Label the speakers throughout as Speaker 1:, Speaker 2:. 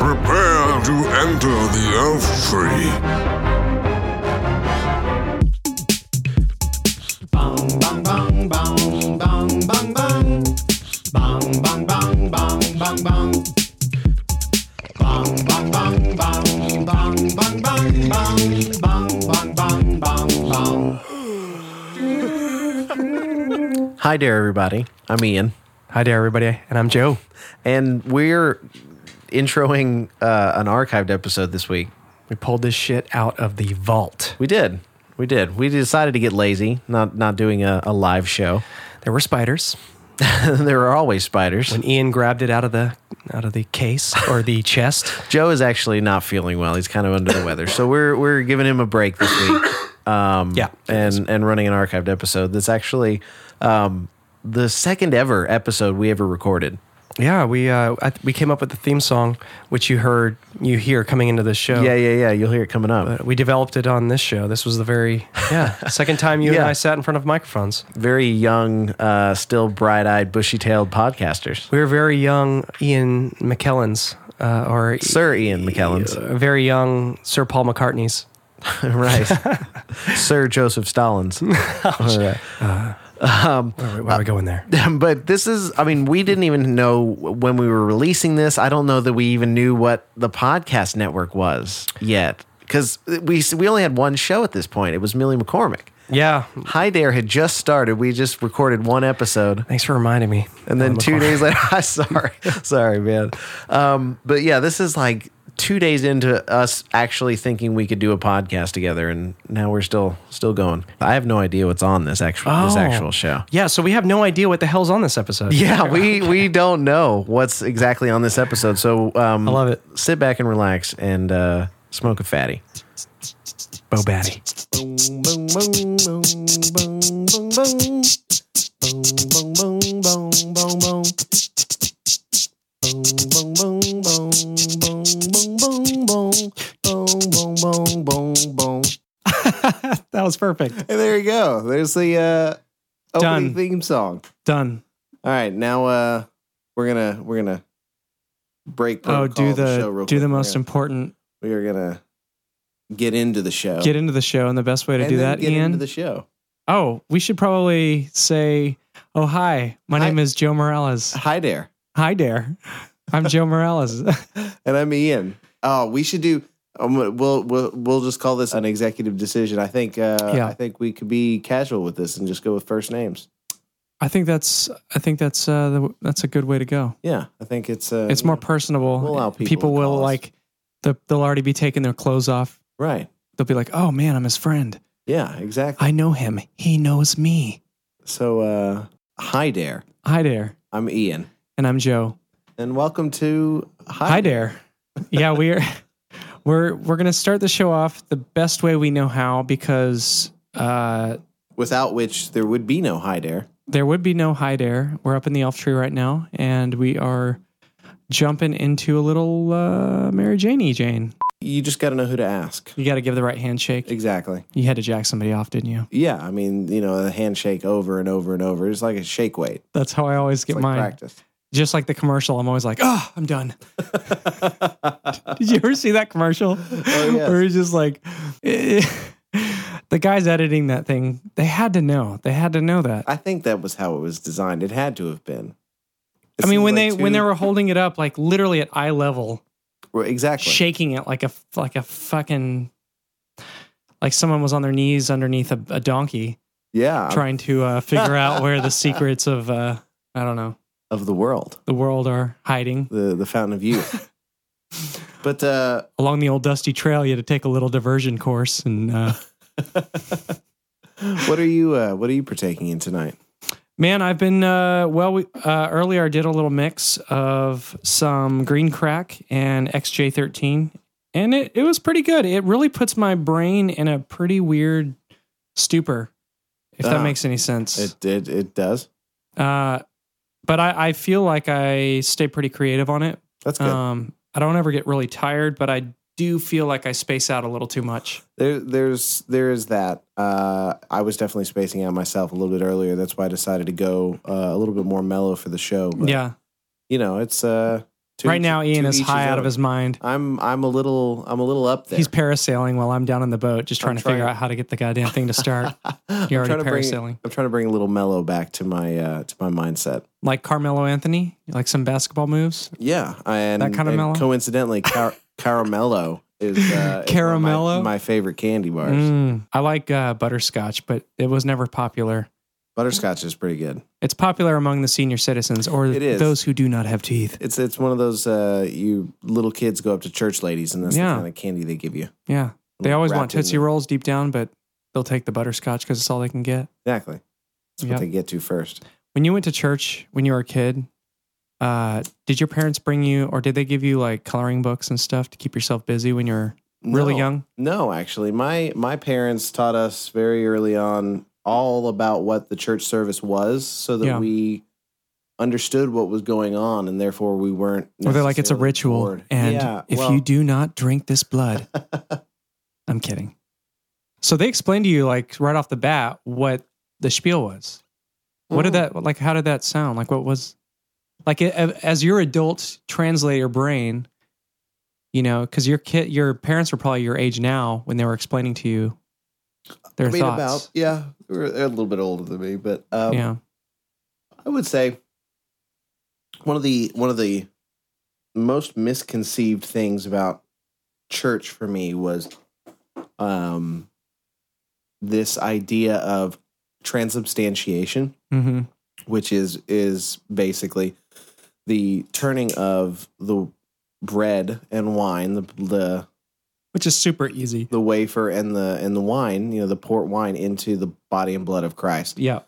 Speaker 1: Prepare to enter the Elf Tree.
Speaker 2: Hi there, everybody. I'm Ian,
Speaker 3: Hi there, everybody, and I'm Joe.
Speaker 2: and we're introing uh, an archived episode this week.
Speaker 3: We pulled this shit out of the vault.
Speaker 2: We did, we did. We decided to get lazy, not not doing a, a live show.
Speaker 3: There were spiders.
Speaker 2: there are always spiders.
Speaker 3: When Ian grabbed it out of the out of the case or the chest,
Speaker 2: Joe is actually not feeling well. He's kind of under the weather, so we're we're giving him a break this week.
Speaker 3: yeah,
Speaker 2: Um, and and running an archived episode that's actually um, the second ever episode we ever recorded.
Speaker 3: yeah, we uh, I, we came up with the theme song, which you heard you hear coming into this
Speaker 4: Oh.
Speaker 3: show.
Speaker 2: Yeah, yeah, yeah. You'll hear it coming up.
Speaker 4: Uh,
Speaker 3: But we developed it on this show. This was the very yeah second time you
Speaker 2: Yeah.
Speaker 3: and I sat in front of microphones.
Speaker 2: Very young, uh, still bright-eyed, bushy-tailed podcasters.
Speaker 3: We were very young Ian McKellen's uh, or
Speaker 2: Sir Ian McKellen's,
Speaker 3: uh, very young Sir Paul McCartney's.
Speaker 2: right? Sir Joseph Stalin's. All right.
Speaker 3: Where, are we going there?
Speaker 2: but this is i mean we didn't even know when we were releasing this i don't know that we even knew what the podcast network was yet because we we only had one show at this point it was millie mccormick
Speaker 3: Yeah.
Speaker 2: hi dare had just started we just recorded one episode
Speaker 3: Thanks for reminding me.
Speaker 2: and then
Speaker 3: Uh,
Speaker 2: two
Speaker 3: McCormick.
Speaker 2: days later i sorry sorry man um, but yeah this is like two days into us actually thinking we could do a podcast together and now we're still still going i have no idea what's on this actual this
Speaker 3: Oh.
Speaker 2: actual show
Speaker 3: Yeah, so we have no idea what the hell's on this episode.
Speaker 2: Yeah, we we don't know what's exactly on this episode. So um,
Speaker 3: I love it.
Speaker 2: Sit back and relax and uh, smoke a fatty.
Speaker 3: Bo Batty. That was perfect.
Speaker 2: And there you go. There's the uh, opening
Speaker 4: Done.
Speaker 2: theme song.
Speaker 4: Done.
Speaker 2: All right, now uh, we're gonna we're gonna break.
Speaker 4: Oh,
Speaker 2: protocol
Speaker 4: do
Speaker 2: of
Speaker 4: the,
Speaker 2: show real
Speaker 4: do
Speaker 2: quick.
Speaker 4: the
Speaker 2: We're
Speaker 4: most
Speaker 2: gonna-
Speaker 4: important.
Speaker 2: We are gonna get into the show.
Speaker 4: Get into the show, and the best way to
Speaker 2: and
Speaker 4: do
Speaker 2: then
Speaker 4: that,
Speaker 2: Get into
Speaker 4: Ian.
Speaker 2: the show.
Speaker 4: oh, we should probably say, "Oh, hi. My
Speaker 2: Hi.
Speaker 4: name is Joe Morales.
Speaker 2: Hi there.
Speaker 4: Hi there. I'm Joe Morales.
Speaker 2: and I'm Ian. Oh, we should do. Um, we'll we'll we'll just call this an executive decision. I think uh,
Speaker 4: Yeah.
Speaker 2: I think we could be casual with this and just go with first names.
Speaker 4: I think that's. I think that's. Uh, the, that's a good way to go.
Speaker 2: Yeah, I think it's uh,
Speaker 4: It's more personable.
Speaker 2: We'll allow people to
Speaker 4: will
Speaker 2: call us.
Speaker 4: like. The, they'll already be taking their clothes off.
Speaker 2: right.
Speaker 4: They'll be like, "Oh man, I'm his friend.
Speaker 2: Yeah, exactly.
Speaker 4: I know him. He knows me.
Speaker 2: so uh, hi there,
Speaker 4: Hi there.
Speaker 2: I'm Ian,
Speaker 4: And I'm Joe.
Speaker 2: and welcome to hi,
Speaker 4: Hi there. Yeah, we're we're we're gonna start the show off the best way we know how because uh,
Speaker 2: Without which there would be no hi there.
Speaker 4: there would be no high dare. We're up in the elf tree right now, and we are jumping into a little uh, Mary Janey Jane.
Speaker 2: You just got to know who to ask.
Speaker 4: You got to give the right handshake.
Speaker 2: Exactly.
Speaker 4: You had to jack somebody off, didn't you?
Speaker 2: Yeah, I mean, you know, the handshake over and over and over. It's like a shake weight.
Speaker 4: That's how I always
Speaker 2: It's
Speaker 4: get
Speaker 2: like
Speaker 4: mine.
Speaker 2: practice.
Speaker 4: Just like the commercial, I'm always like, "Oh, I'm done."
Speaker 2: Oh,
Speaker 4: Did you ever see that commercial?
Speaker 2: yes.
Speaker 4: Where it's just like the guys editing that thing, they had to know. They had to know that.
Speaker 2: I think that was how it was designed. It had to have been. It
Speaker 4: I mean,
Speaker 2: seems like
Speaker 4: when they when they
Speaker 2: two-
Speaker 4: were holding it up, like literally at eye level,
Speaker 2: Well, exactly
Speaker 4: shaking it like a like a fucking like someone was on their knees underneath a, a donkey
Speaker 2: yeah
Speaker 4: trying to uh, figure out where the secrets of uh, I don't know
Speaker 2: of the world,
Speaker 4: the world are hiding
Speaker 2: the the fountain of youth. but uh,
Speaker 4: along the old dusty trail. You had to take a little diversion course, and uh,
Speaker 2: what are you uh, what are you partaking in tonight?
Speaker 4: Man, I've been uh, well. We, uh, earlier, I did a little mix of some Green Crack and XJ13, and it it was pretty good. It really puts my brain in a pretty weird stupor, if
Speaker 2: Ah,
Speaker 4: that makes any sense.
Speaker 2: It it it does.
Speaker 4: uh, but I, I feel like I stay pretty creative on it.
Speaker 2: That's good.
Speaker 4: Um, I don't ever get really tired, but I do feel like I space out a little too much.
Speaker 2: there there's there is that. Uh, I was definitely spacing out myself a little bit earlier. That's why I decided to go uh, a little bit more mellow for the show. But,
Speaker 4: yeah,
Speaker 2: you know, it's uh, Two-
Speaker 4: right now,
Speaker 2: two
Speaker 4: Ian is
Speaker 2: each
Speaker 4: high out
Speaker 2: own.
Speaker 4: of his mind.
Speaker 2: I'm I'm a little I'm a little up there.
Speaker 4: He's parasailing while I'm down in the boat, just trying to figure
Speaker 2: trying-
Speaker 4: out how to get the goddamn thing to start. You're
Speaker 2: trying
Speaker 4: already
Speaker 2: to bring
Speaker 4: parasailing,
Speaker 2: I'm trying to bring a little mellow back to my uh, to my mindset.
Speaker 4: like Carmelo Anthony, like some basketball moves.
Speaker 2: Yeah, and
Speaker 4: That kind of
Speaker 2: and
Speaker 4: mellow?
Speaker 2: Coincidentally, car- caramello is uh, is one of my-
Speaker 4: Caramello?
Speaker 2: my, favorite candy bars.
Speaker 4: Mm, I like uh, butterscotch, but it was never popular.
Speaker 2: Butterscotch is pretty good.
Speaker 4: It's popular among the senior citizens or
Speaker 2: It is.
Speaker 4: those who do not have teeth.
Speaker 2: It's it's one of those uh, you little kids go up to church ladies and that's
Speaker 4: Yeah.
Speaker 2: the kind of candy they give you.
Speaker 4: Yeah, they always want
Speaker 2: Wrapped in
Speaker 4: tootsie
Speaker 2: the-
Speaker 4: rolls deep down, but they'll take the butterscotch because it's all they can get.
Speaker 2: Exactly. That's
Speaker 4: Yep.
Speaker 2: what they get to first.
Speaker 4: When you went to church when you were a kid, uh, did your parents bring you, or did they give you like coloring books and stuff to keep yourself busy when you're really
Speaker 2: No.
Speaker 4: young?
Speaker 2: No, actually, my my parents taught us very early on all about what the church service was, so that
Speaker 4: Yeah.
Speaker 2: we understood what was going on, and therefore we weren't.
Speaker 4: Or they're like, it's a
Speaker 2: necessarily
Speaker 4: ritual,
Speaker 2: bored.
Speaker 4: and
Speaker 2: Yeah,
Speaker 4: if
Speaker 2: well,
Speaker 4: you do not drink this blood, I'm kidding. So they explained to you like right off the bat what the spiel was. What did
Speaker 2: Hmm.
Speaker 4: that like? How did that sound? Like what was like a- a- as your adult translator brain, you know, because your kid, your parents were probably your age now when they were explaining to you their
Speaker 2: I mean,
Speaker 4: thoughts.
Speaker 2: about yeah, they're a little bit older than me, but um,
Speaker 4: yeah,
Speaker 2: I would say one of the one of the most misconceived things about church for me was um this idea of transubstantiation
Speaker 4: mm-hmm.
Speaker 2: which is is basically the turning of the bread and wine the the
Speaker 4: which is super easy.
Speaker 2: the wafer and the and the wine you know the port wine into the body and blood of Christ
Speaker 4: Yeah,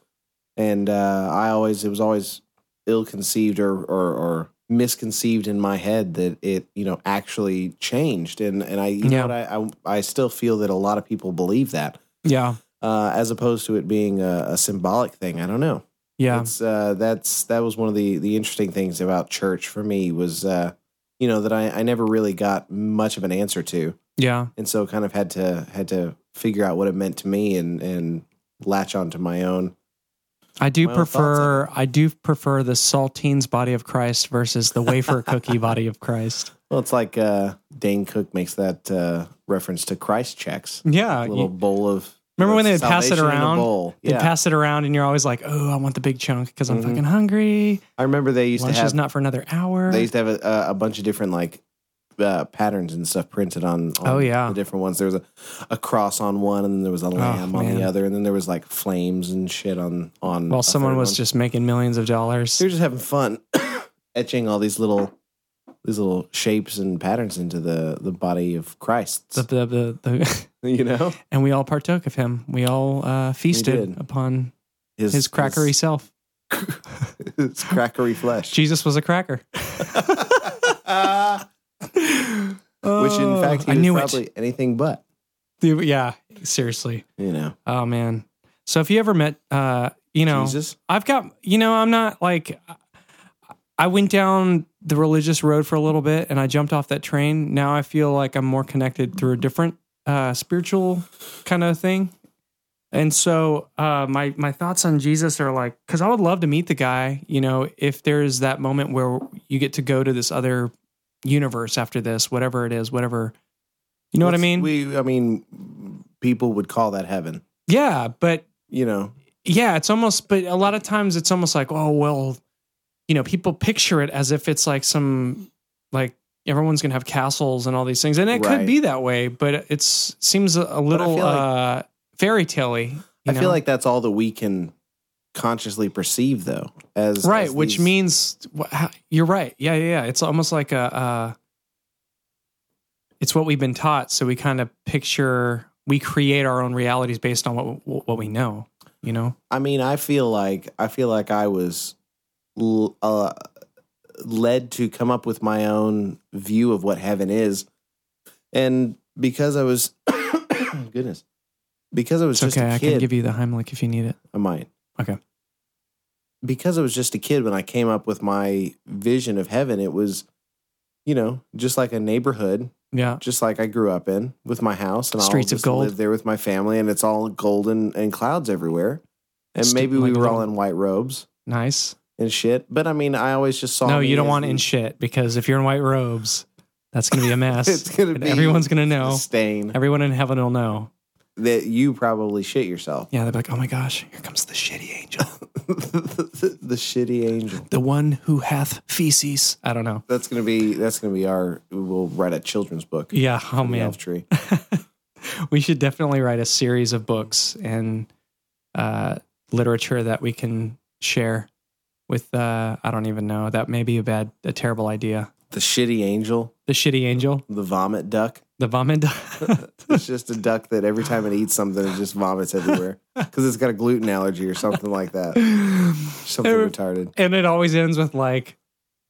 Speaker 2: and uh, I always it was always ill conceived or, or or misconceived in my head that it you know actually changed and and I you know
Speaker 4: Yeah.
Speaker 2: what I, I I still feel that a lot of people believe that
Speaker 4: yeah,
Speaker 2: uh, as opposed to it being a, a symbolic thing I don't know
Speaker 4: yeah.
Speaker 2: it's uh, that's that was one of the the interesting things about church for me was uh, you know that I I never really got much of an answer to
Speaker 4: Yeah.
Speaker 2: and so kind of had to had to figure out what it meant to me and and latch onto my own
Speaker 4: I do
Speaker 2: My own thoughts on
Speaker 4: prefer I do prefer the saltines body of Christ versus the wafer cookie body of Christ.
Speaker 2: Well, it's like uh, Dane Cook makes that uh, reference to Christ checks,
Speaker 4: Yeah.
Speaker 2: a little
Speaker 4: Uh, you-
Speaker 2: bowl of.
Speaker 4: Remember when they would pass it
Speaker 2: salvation in a
Speaker 4: around?
Speaker 2: Bowl.
Speaker 4: they
Speaker 2: Yeah,
Speaker 4: pass it around and you're always like, "Oh, I want the big chunk because I'm
Speaker 2: Mhm.
Speaker 4: fucking hungry.
Speaker 2: I remember they used
Speaker 4: Lunch
Speaker 2: to
Speaker 4: is
Speaker 2: have.
Speaker 4: not for another hour."
Speaker 2: they used to have a, a, a bunch of different like uh, patterns and stuff printed on. on
Speaker 4: Oh, yeah. Oh,
Speaker 2: the different ones. There was a, a cross on one, and then there was a lamb on
Speaker 4: man.
Speaker 2: the other, and then there was like flames and shit on on.
Speaker 4: While
Speaker 2: a
Speaker 4: someone
Speaker 2: third
Speaker 4: was
Speaker 2: one.
Speaker 4: just making millions of dollars.
Speaker 2: they were just having fun etching all these little these little shapes and patterns into the the body of Christ.
Speaker 4: The, the, the, the,
Speaker 2: you know
Speaker 4: and we all partook of him. We all uh, feasted
Speaker 2: did.
Speaker 4: upon his crackery self.
Speaker 2: it's crackery flesh.
Speaker 4: Jesus was a cracker.
Speaker 2: Which in
Speaker 4: Oh,
Speaker 2: fact he
Speaker 4: I
Speaker 2: was
Speaker 4: knew it.
Speaker 2: probably anything but.
Speaker 4: Yeah, seriously.
Speaker 2: You know.
Speaker 4: Oh man. So if you ever met uh, you know,
Speaker 2: Jesus.
Speaker 4: I've got, you know, I'm not like, I went down the religious road for a little bit and I jumped off that train. Now I feel like I'm more connected through a different uh, spiritual kind of thing. And so uh, my my thoughts on Jesus are like, because I would love to meet the guy. You know, if there is that moment where you get to go to this other universe after this, whatever it is, whatever. You know what I
Speaker 2: It's-
Speaker 4: mean?
Speaker 2: We I mean people would call that heaven.
Speaker 4: yeah, but
Speaker 2: You know.
Speaker 4: yeah, it's almost, but a lot of times it's almost like, oh, well, you know, people picture it as if it's like some, like everyone's going to have castles and all these things. And it could
Speaker 2: Right.
Speaker 4: be that way, but it's seems a- a little
Speaker 2: feel
Speaker 4: uh, fairy tale y.
Speaker 2: I feel like that's all that we can consciously perceive though as
Speaker 4: right,
Speaker 2: as
Speaker 4: which
Speaker 2: these-
Speaker 4: means wha- how- you're right. Yeah, yeah, yeah. It's almost like a, uh, it's what we've been taught. So we kind of picture, we create our own realities based on what what we know, you know?
Speaker 2: I mean, I feel like I feel like I was l- uh, led to come up with my own view of what heaven is, and because I was goodness, because I was
Speaker 4: It's
Speaker 2: just
Speaker 4: okay.
Speaker 2: a
Speaker 4: I
Speaker 2: kid, I,
Speaker 4: can give you the Heimlich if you need it.
Speaker 2: might
Speaker 4: Okay.
Speaker 2: Because I was just a kid when I came up with my vision of heaven, it was, you know, just like a neighborhood,
Speaker 4: Yeah.
Speaker 2: just like I grew up in with my house and
Speaker 4: Streets
Speaker 2: I'll
Speaker 4: of
Speaker 2: just
Speaker 4: gold.
Speaker 2: live there with my family, and it's all golden and clouds everywhere, and
Speaker 4: Stu-
Speaker 2: maybe we
Speaker 4: like a
Speaker 2: were all
Speaker 4: little-
Speaker 2: in white robes.
Speaker 4: Nice.
Speaker 2: and shit. But I mean, I always just saw.
Speaker 4: No,
Speaker 2: me
Speaker 4: you don't
Speaker 2: as
Speaker 4: want
Speaker 2: the-
Speaker 4: in shit because if you're in white robes, that's going to be a mess.
Speaker 2: It's gonna
Speaker 4: And
Speaker 2: be
Speaker 4: everyone's going to
Speaker 2: a
Speaker 4: know.
Speaker 2: stain
Speaker 4: Everyone in heaven will know.
Speaker 2: that you probably shit yourself.
Speaker 4: Yeah, they'll be like, "Oh my gosh, here comes the shitty angel,
Speaker 2: the, shitty angel.
Speaker 4: the one who hath feces." I don't know.
Speaker 2: That's gonna be. That's gonna be our. We'll write a children's book.
Speaker 4: Yeah, oh
Speaker 2: on the
Speaker 4: man,
Speaker 2: elf tree.
Speaker 4: we should definitely write a series of books and uh, literature that we can share with. Uh, I don't even know. That may be a bad, a terrible idea.
Speaker 2: The shitty angel.
Speaker 4: The shitty angel,
Speaker 2: The vomit duck.
Speaker 4: the vomit.
Speaker 2: It's just a duck that every time it eats something, it just vomits everywhere because it's got a gluten allergy or something like that. Something
Speaker 4: Every-
Speaker 2: retarded.
Speaker 4: and it always ends with like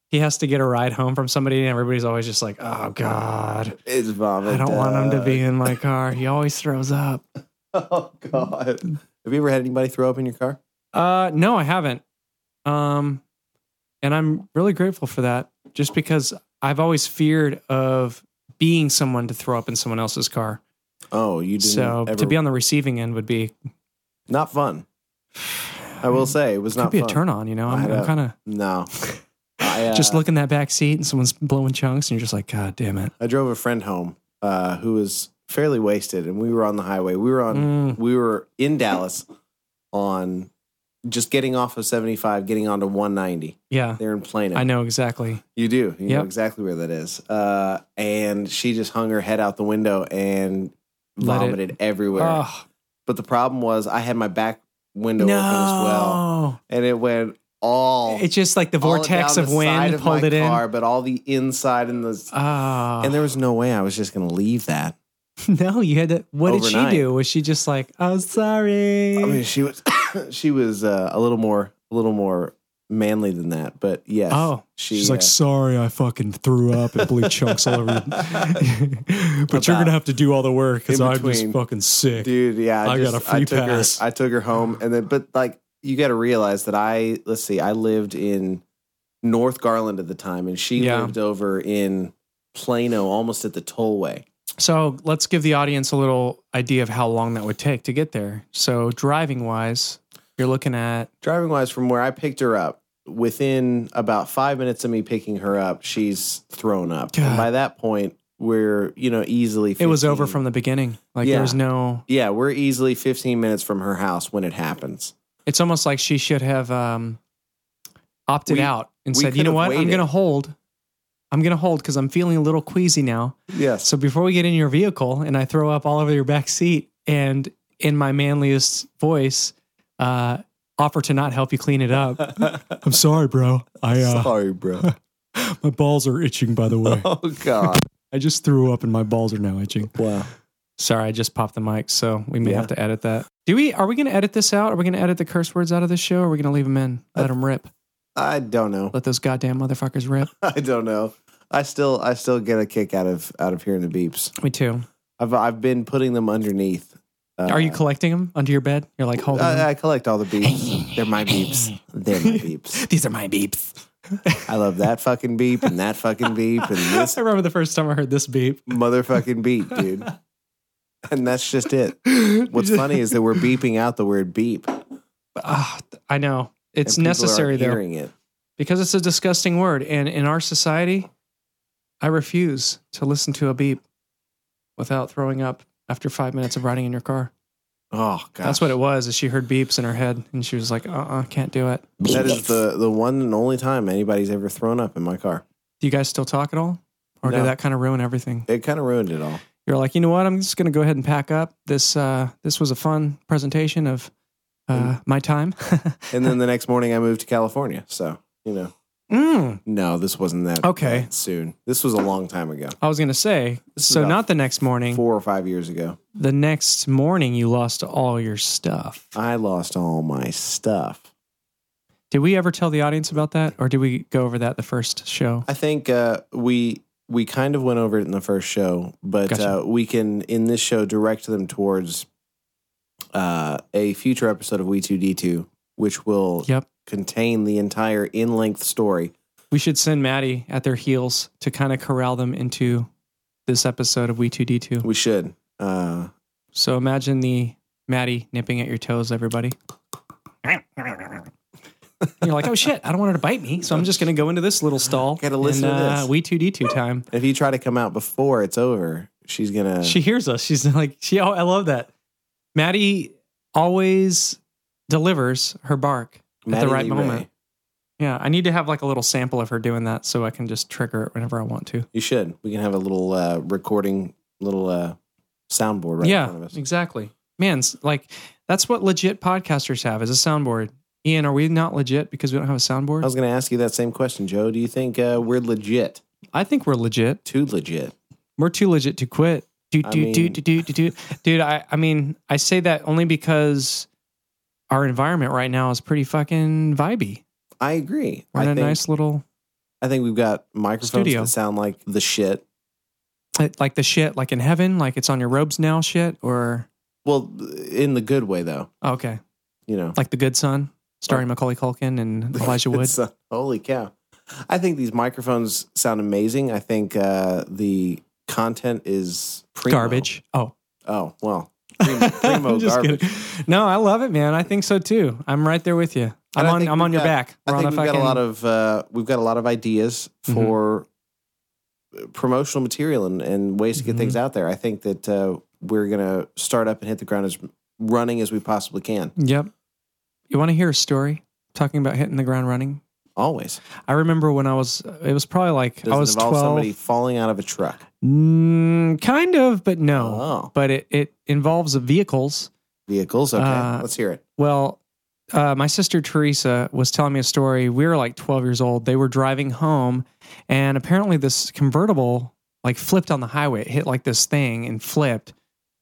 Speaker 4: he has to get a ride home from somebody and everybody's always just like oh god
Speaker 2: It's vomit.
Speaker 4: i don't want him to
Speaker 2: duck.
Speaker 4: be in my car he always throws up
Speaker 2: Oh God. Have you ever had anybody throw up in your car?
Speaker 4: uh no i haven't um and i'm really grateful for that just because i've always feared of being someone to throw up in someone else's car
Speaker 2: Oh, you didn't.
Speaker 4: so
Speaker 2: ever,
Speaker 4: to be on the receiving end would be
Speaker 2: not fun. I will say it was
Speaker 4: could
Speaker 2: not
Speaker 4: be
Speaker 2: fun.
Speaker 4: a turn on you know
Speaker 2: I
Speaker 4: i'm,
Speaker 2: know.
Speaker 4: I'm kind of
Speaker 2: No. I, uh,
Speaker 4: just look in that back seat and someone's blowing chunks and you're just like god damn it
Speaker 2: I drove a friend home uh, who was fairly wasted, and we were on the highway. We were on.
Speaker 4: Mm.
Speaker 2: We were in Dallas on just getting off of 75, getting onto 190.
Speaker 4: yeah
Speaker 2: They're in Plano.
Speaker 4: i know exactly
Speaker 2: You do. You know
Speaker 4: Yep.
Speaker 2: exactly where that is. Uh, and she just hung her head out the window and
Speaker 4: Let it-
Speaker 2: vomited everywhere.
Speaker 4: Ugh.
Speaker 2: But the problem was I had my back window open as well, and it went all
Speaker 4: It's just like the
Speaker 2: all
Speaker 4: vortex
Speaker 2: down
Speaker 4: of
Speaker 2: the side
Speaker 4: wind
Speaker 2: of
Speaker 4: pulled
Speaker 2: my
Speaker 4: it in.
Speaker 2: car, but all the inside and the
Speaker 4: Ah,
Speaker 2: and there was no way I was just going to leave that.
Speaker 4: no, you had to. What did she
Speaker 2: Overnight.
Speaker 4: do? Was she just like, "I'm sorry"?
Speaker 2: I mean, she was she was uh, a little more a little more manly than that, but yes,
Speaker 4: oh,
Speaker 2: she,
Speaker 4: she's
Speaker 2: uh,
Speaker 4: like, "Sorry, I fucking threw up and blew chunks all over." you." but you're
Speaker 2: About-
Speaker 4: gonna have to do all the work because
Speaker 2: in
Speaker 4: I'm just
Speaker 2: between.
Speaker 4: fucking sick.
Speaker 2: dude yeah i,
Speaker 4: I
Speaker 2: just,
Speaker 4: got a free
Speaker 2: I took
Speaker 4: pass.
Speaker 2: her i took her home and then but like you got to realize that i let's see i lived in north garland at the time and she
Speaker 4: Yeah.
Speaker 2: lived over in plano almost at the tollway
Speaker 4: So let's give the audience a little idea of how long that would take to get there. So driving wise, you're looking at
Speaker 2: driving wise from where i picked her up within about five minutes of me picking her up she's thrown up
Speaker 4: God.
Speaker 2: and by that point we're you know easily
Speaker 4: it was
Speaker 2: 15
Speaker 4: over from the beginning. Like
Speaker 2: Yeah.
Speaker 4: there was no.
Speaker 2: yeah we're easily 15 minutes from her house when it happens
Speaker 4: It's almost like she should have um, opted
Speaker 2: We-
Speaker 4: out and
Speaker 2: we
Speaker 4: said,
Speaker 2: could
Speaker 4: "You know
Speaker 2: have
Speaker 4: what? I'm
Speaker 2: waited."
Speaker 4: going to hold. I'm going to hold because I'm feeling a little queasy now.
Speaker 2: yes
Speaker 4: So before we get in your vehicle and I throw up all over your back seat and in my manliest voice, uh, offer to not help you clean it up. I'm sorry, bro. I
Speaker 2: sorry bro
Speaker 4: my balls are itching. By the way,
Speaker 2: oh god
Speaker 4: I just threw up and my balls are now itching.
Speaker 2: wow
Speaker 4: Sorry, I just popped the mic, so we may
Speaker 2: Yeah.
Speaker 4: have to edit that. Do we? Are we going to edit this out? Are we going to edit the curse words out of this show? Or are we going to leave them in? Let them rip.
Speaker 2: i don't know
Speaker 4: Let those goddamn motherfuckers rip.
Speaker 2: I don't know. I still I still get a kick out of out of hearing the beeps.
Speaker 4: Me too.
Speaker 2: I've I've been putting them underneath. Uh,
Speaker 4: Are you collecting them under your bed? You're like holding them.
Speaker 2: I, I collect all the beeps. They're my beeps. They're my beeps.
Speaker 4: These are my beeps.
Speaker 2: I love that fucking beep and that fucking beep and this
Speaker 4: I remember the first time I heard this beep.
Speaker 2: motherfucking beep, dude. And that's just it. What's funny is that we're beeping out the word beep. and
Speaker 4: Ah, I know it's
Speaker 2: people
Speaker 4: necessary
Speaker 2: aren't
Speaker 4: though
Speaker 2: Hearing it.
Speaker 4: because it's a disgusting word, and in our society, I refuse to listen to a beep without throwing up after five minutes of riding in your car.
Speaker 2: Oh god.
Speaker 4: That's what it was. Is she heard beeps in her head, and she was like, "Uh, uh can't do it."
Speaker 2: That is the the one and only time anybody's ever thrown up in my car.
Speaker 4: Do you guys still talk at all, or
Speaker 2: No.
Speaker 4: did that kind of ruin everything?
Speaker 2: It kind of ruined it all.
Speaker 4: You're like, you know what? I'm just gonna go ahead and pack up. This uh, this was a fun presentation of uh, my time.
Speaker 2: And then the next morning I moved to California. So, you know.
Speaker 4: mm.
Speaker 2: No, this wasn't that.
Speaker 4: Okay.
Speaker 2: that soon. This was a long time ago,
Speaker 4: I was gonna say,
Speaker 2: This is
Speaker 4: so
Speaker 2: about
Speaker 4: not the next morning.
Speaker 2: four or five years ago.
Speaker 4: the next morning you lost all your stuff.
Speaker 2: I lost all my stuff.
Speaker 4: Did we ever tell the audience about that or did we go over that the first show?
Speaker 2: I think uh, we we kind of went over it in the first show, but
Speaker 4: Gotcha.
Speaker 2: uh, we can in this show direct them towards uh, a future episode of We Two D Two, which will
Speaker 4: Yep.
Speaker 2: contain the entire in length story.
Speaker 4: We should send Maddie at their heels to kind of corral them into this episode of We2D2.
Speaker 2: We should. Uh,
Speaker 4: So imagine the Maddie nipping at your toes, everybody. And you're like, oh shit, I don't want her to bite me, so I'm just gonna go into this little stall.
Speaker 2: Gotta listen
Speaker 4: and,
Speaker 2: to
Speaker 4: uh,
Speaker 2: this.
Speaker 4: We two D two time.
Speaker 2: If you try to come out before it's over, she's gonna.
Speaker 4: She hears us. She's like, she. Oh, I love that. Maddie always delivers her bark at
Speaker 2: Maddie
Speaker 4: the right
Speaker 2: Lee
Speaker 4: moment.
Speaker 2: Ray.
Speaker 4: Yeah, I need to have like a little sample of her doing that, so I can just trigger it whenever I want to.
Speaker 2: You should. We can have a little uh, recording, little uh, soundboard right in front
Speaker 4: yeah,
Speaker 2: of us.
Speaker 4: exactly. Man, s- like that's what legit podcasters have is a soundboard. Ian, are we not legit because we don't have a soundboard?
Speaker 2: I was going to ask you that same question, Joe. Do you think uh, we're legit?
Speaker 4: I think we're legit.
Speaker 2: Too legit?
Speaker 4: We're too legit to quit. Do
Speaker 2: I
Speaker 4: do do
Speaker 2: mean-
Speaker 4: do do do do. Dude, I I mean I say that only because our environment right now is pretty fucking vibey.
Speaker 2: I agree.
Speaker 4: We're in
Speaker 2: I
Speaker 4: a
Speaker 2: think
Speaker 4: nice little
Speaker 2: I think we've got microphones
Speaker 4: Studio.
Speaker 2: that sound like the shit.
Speaker 4: like the shit like in heaven, like it's on your robes now shit or oh,
Speaker 2: Well, in the good way though.
Speaker 4: okay,
Speaker 2: You know,
Speaker 4: like the good son starring Macaulay Culkin and Elijah Wood.
Speaker 2: It's, uh, holy cow! I think these microphones sound amazing. I think uh, the content is primo.
Speaker 4: Garbage. Oh,
Speaker 2: Oh well, primo, primo
Speaker 4: I'm just
Speaker 2: garbage.
Speaker 4: kidding. No, I love it, man. I think so too. I'm right there with you. I'm
Speaker 2: And I
Speaker 4: on.
Speaker 2: think
Speaker 4: I'm
Speaker 2: we've
Speaker 4: on your
Speaker 2: got-
Speaker 4: back.
Speaker 2: I
Speaker 4: We're
Speaker 2: think
Speaker 4: on
Speaker 2: we've got a lot of uh, we've got a lot of ideas
Speaker 4: Mhm.
Speaker 2: for promotional material and, and ways to get
Speaker 4: Mhm.
Speaker 2: things out there. I think that uh, we're gonna start up and hit the ground as running as we possibly can.
Speaker 4: Yep. You want to hear a story talking about hitting the ground running?
Speaker 2: Always
Speaker 4: I remember when I was. It was probably like
Speaker 2: does
Speaker 4: I
Speaker 2: it
Speaker 4: was
Speaker 2: involve
Speaker 4: twelve.
Speaker 2: somebody falling out of a truck.
Speaker 4: Mm, kind of, but no.
Speaker 2: Oh,
Speaker 4: But it it involves vehicles.
Speaker 2: vehicles. Okay,
Speaker 4: Uh,
Speaker 2: let's hear it.
Speaker 4: Well, uh, my sister Teresa was telling me a story. We were like 12 years old. They were driving home, and apparently this convertible like flipped on the highway. It hit like this thing and flipped,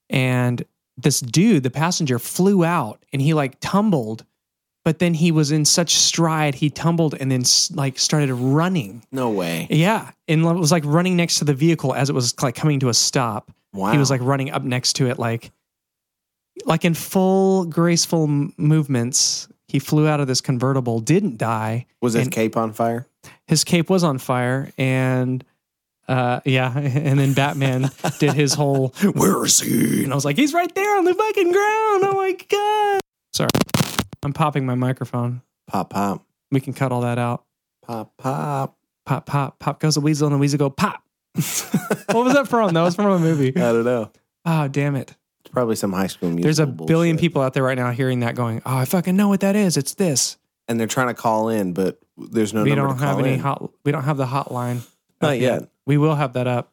Speaker 4: and this dude, the passenger, flew out and he like tumbled, but then he was in such stride he tumbled and then s- like started running.
Speaker 2: No way.
Speaker 4: Yeah, and it was like running next to the vehicle as it was like coming to a stop
Speaker 2: Wow.
Speaker 4: he was like running up next to it like like in full graceful m- movements he flew out of this convertible didn't die
Speaker 2: was his
Speaker 4: and-
Speaker 2: cape on fire?
Speaker 4: his cape was on fire and uh yeah and then batman did his whole where is he and i was like he's right there on the fucking ground oh my god sorry i'm popping my microphone
Speaker 2: Pop, pop,
Speaker 4: we can cut all that out
Speaker 2: pop, pop.
Speaker 4: pop pop pop goes the weasel and the weasel go pop what was that from that was from a movie
Speaker 2: I don't know.
Speaker 4: oh damn it
Speaker 2: It's probably some high school music.
Speaker 4: There's a billion people out there right now hearing that going, oh, I fucking know what that is. It's this.
Speaker 2: and they're trying to call in, but there's no.
Speaker 4: we
Speaker 2: number
Speaker 4: don't
Speaker 2: to
Speaker 4: have
Speaker 2: call
Speaker 4: any
Speaker 2: in.
Speaker 4: hot. We don't have the hotline.
Speaker 2: Not
Speaker 4: up
Speaker 2: yet.
Speaker 4: We will have that up,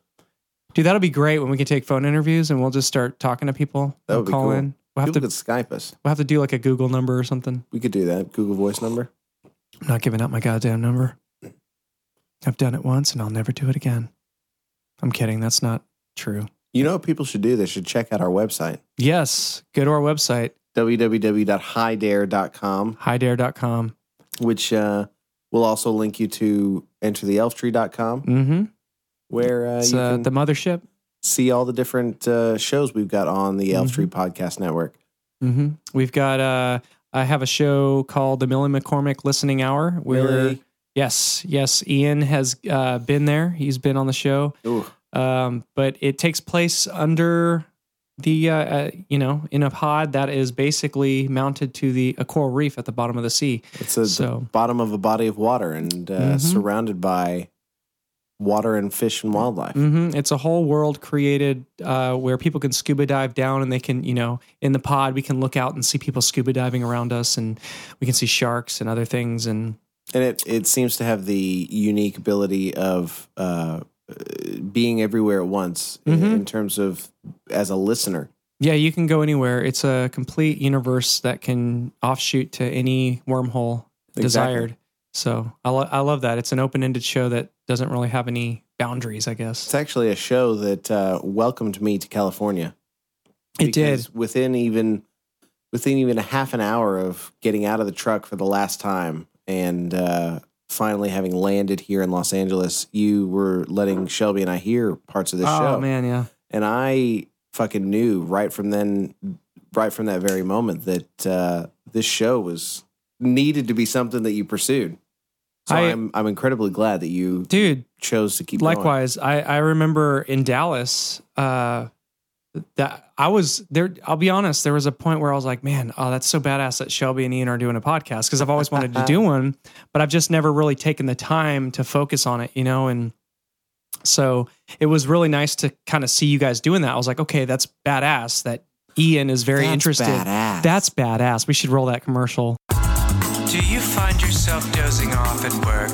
Speaker 4: dude. That'll be great when we can take phone interviews and we'll just start talking to people.
Speaker 2: That would
Speaker 4: We'll
Speaker 2: be
Speaker 4: call
Speaker 2: cool.
Speaker 4: in. We'll have
Speaker 2: People
Speaker 4: to
Speaker 2: could Skype us.
Speaker 4: we'll have to do like a Google number or something.
Speaker 2: We could do that. Google Voice number.
Speaker 4: I'm not giving out my goddamn number. I've done it once and I'll never do it again. I'm kidding. That's not true.
Speaker 2: You know what people should do? They should check out our website,
Speaker 4: Yes, go to our website
Speaker 2: www.hidare.com,
Speaker 4: hidare.com.
Speaker 2: which uh, will also link you to entertheelftree.com,
Speaker 4: Mm-hmm.
Speaker 2: where uh,
Speaker 4: It's
Speaker 2: you
Speaker 4: uh,
Speaker 2: can
Speaker 4: the mothership.
Speaker 2: see all the different uh, shows we've got on the Elf Tree
Speaker 4: Mm-hmm.
Speaker 2: Podcast Network.
Speaker 4: hmm We've got. Uh, I have a show called the Millie McCormick Listening Hour. Where
Speaker 2: Really?
Speaker 4: yes, yes, Ian has uh, been there. He's been on the show,
Speaker 2: Ooh,
Speaker 4: um, but it takes place under the uh, uh, you know in a pod that is basically mounted to the a coral reef at the bottom of the sea.
Speaker 2: it's a
Speaker 4: So-
Speaker 2: bottom of a body of water and uh,
Speaker 4: Mhm.
Speaker 2: surrounded by water and fish and wildlife.
Speaker 4: hmm It's a whole world created uh, where people can scuba dive down and they can, you know, in the pod, we can look out and see people scuba diving around us and we can see sharks and other things. And
Speaker 2: And it, it seems to have the unique ability of uh, uh, being everywhere at once in-
Speaker 4: Mhm.
Speaker 2: in terms of as a listener.
Speaker 4: Yeah, you can go anywhere. It's a complete universe that can offshoot to any wormhole
Speaker 2: Exactly.
Speaker 4: desired. So I, lo- I love that. It's an open ended show that doesn't really have any boundaries, I
Speaker 2: It's
Speaker 4: guess.
Speaker 2: actually a show that uh, welcomed me to California.
Speaker 4: It did.
Speaker 2: Because within even within even a half an hour of getting out of the truck for the last time and uh, finally having landed here in Los Angeles, you were letting Shelby and I hear parts of this
Speaker 4: oh,
Speaker 2: show,
Speaker 4: man. Yeah.
Speaker 2: and I fucking knew right from then, right from that very moment that uh, this show was needed to be something that you pursued. So
Speaker 4: I-
Speaker 2: I, am I'm incredibly glad that you
Speaker 4: Dude,
Speaker 2: chose to keep. going.
Speaker 4: likewise, I, I remember in Dallas, uh, that I was there. I'll be honest. There was a point where I was like, man, oh, that's so badass that Shelby and Ian are doing a podcast. Cause I've always wanted to do one, but I've just never really taken the time to focus on it, you know? And so it was really nice to kind of see you guys doing that. I was like, okay, that's badass that Ian is very
Speaker 2: That's
Speaker 4: interested.
Speaker 2: badass.
Speaker 4: That's badass. We should roll that commercial.
Speaker 5: Do you find yourself dozing off at work?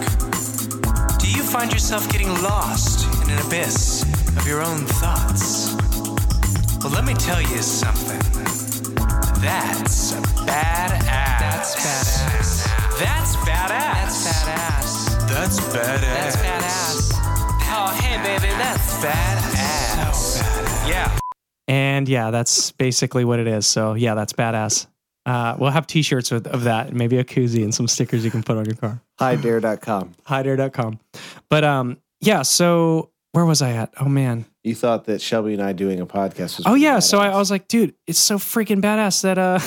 Speaker 5: Do you find yourself getting lost in an abyss of your own thoughts? Well, let me tell you something. That's a badass. That's badass. That's badass. That's badass. That's badass. That's badass. Oh, hey, baby, that's badass. Yeah.
Speaker 4: And yeah, that's basically what it is. So yeah, that's badass. Uh, we'll have t-shirts with, of that, and maybe a koozie and some stickers you can put on your car.
Speaker 2: Highdear.com.
Speaker 4: Hideair.com. But um, yeah, so where was I at? Oh man.
Speaker 2: You thought that Shelby and I doing a podcast was.
Speaker 4: Oh
Speaker 2: pretty
Speaker 4: yeah. So I,
Speaker 2: badass.
Speaker 4: I was like, dude, it's so freaking badass that uh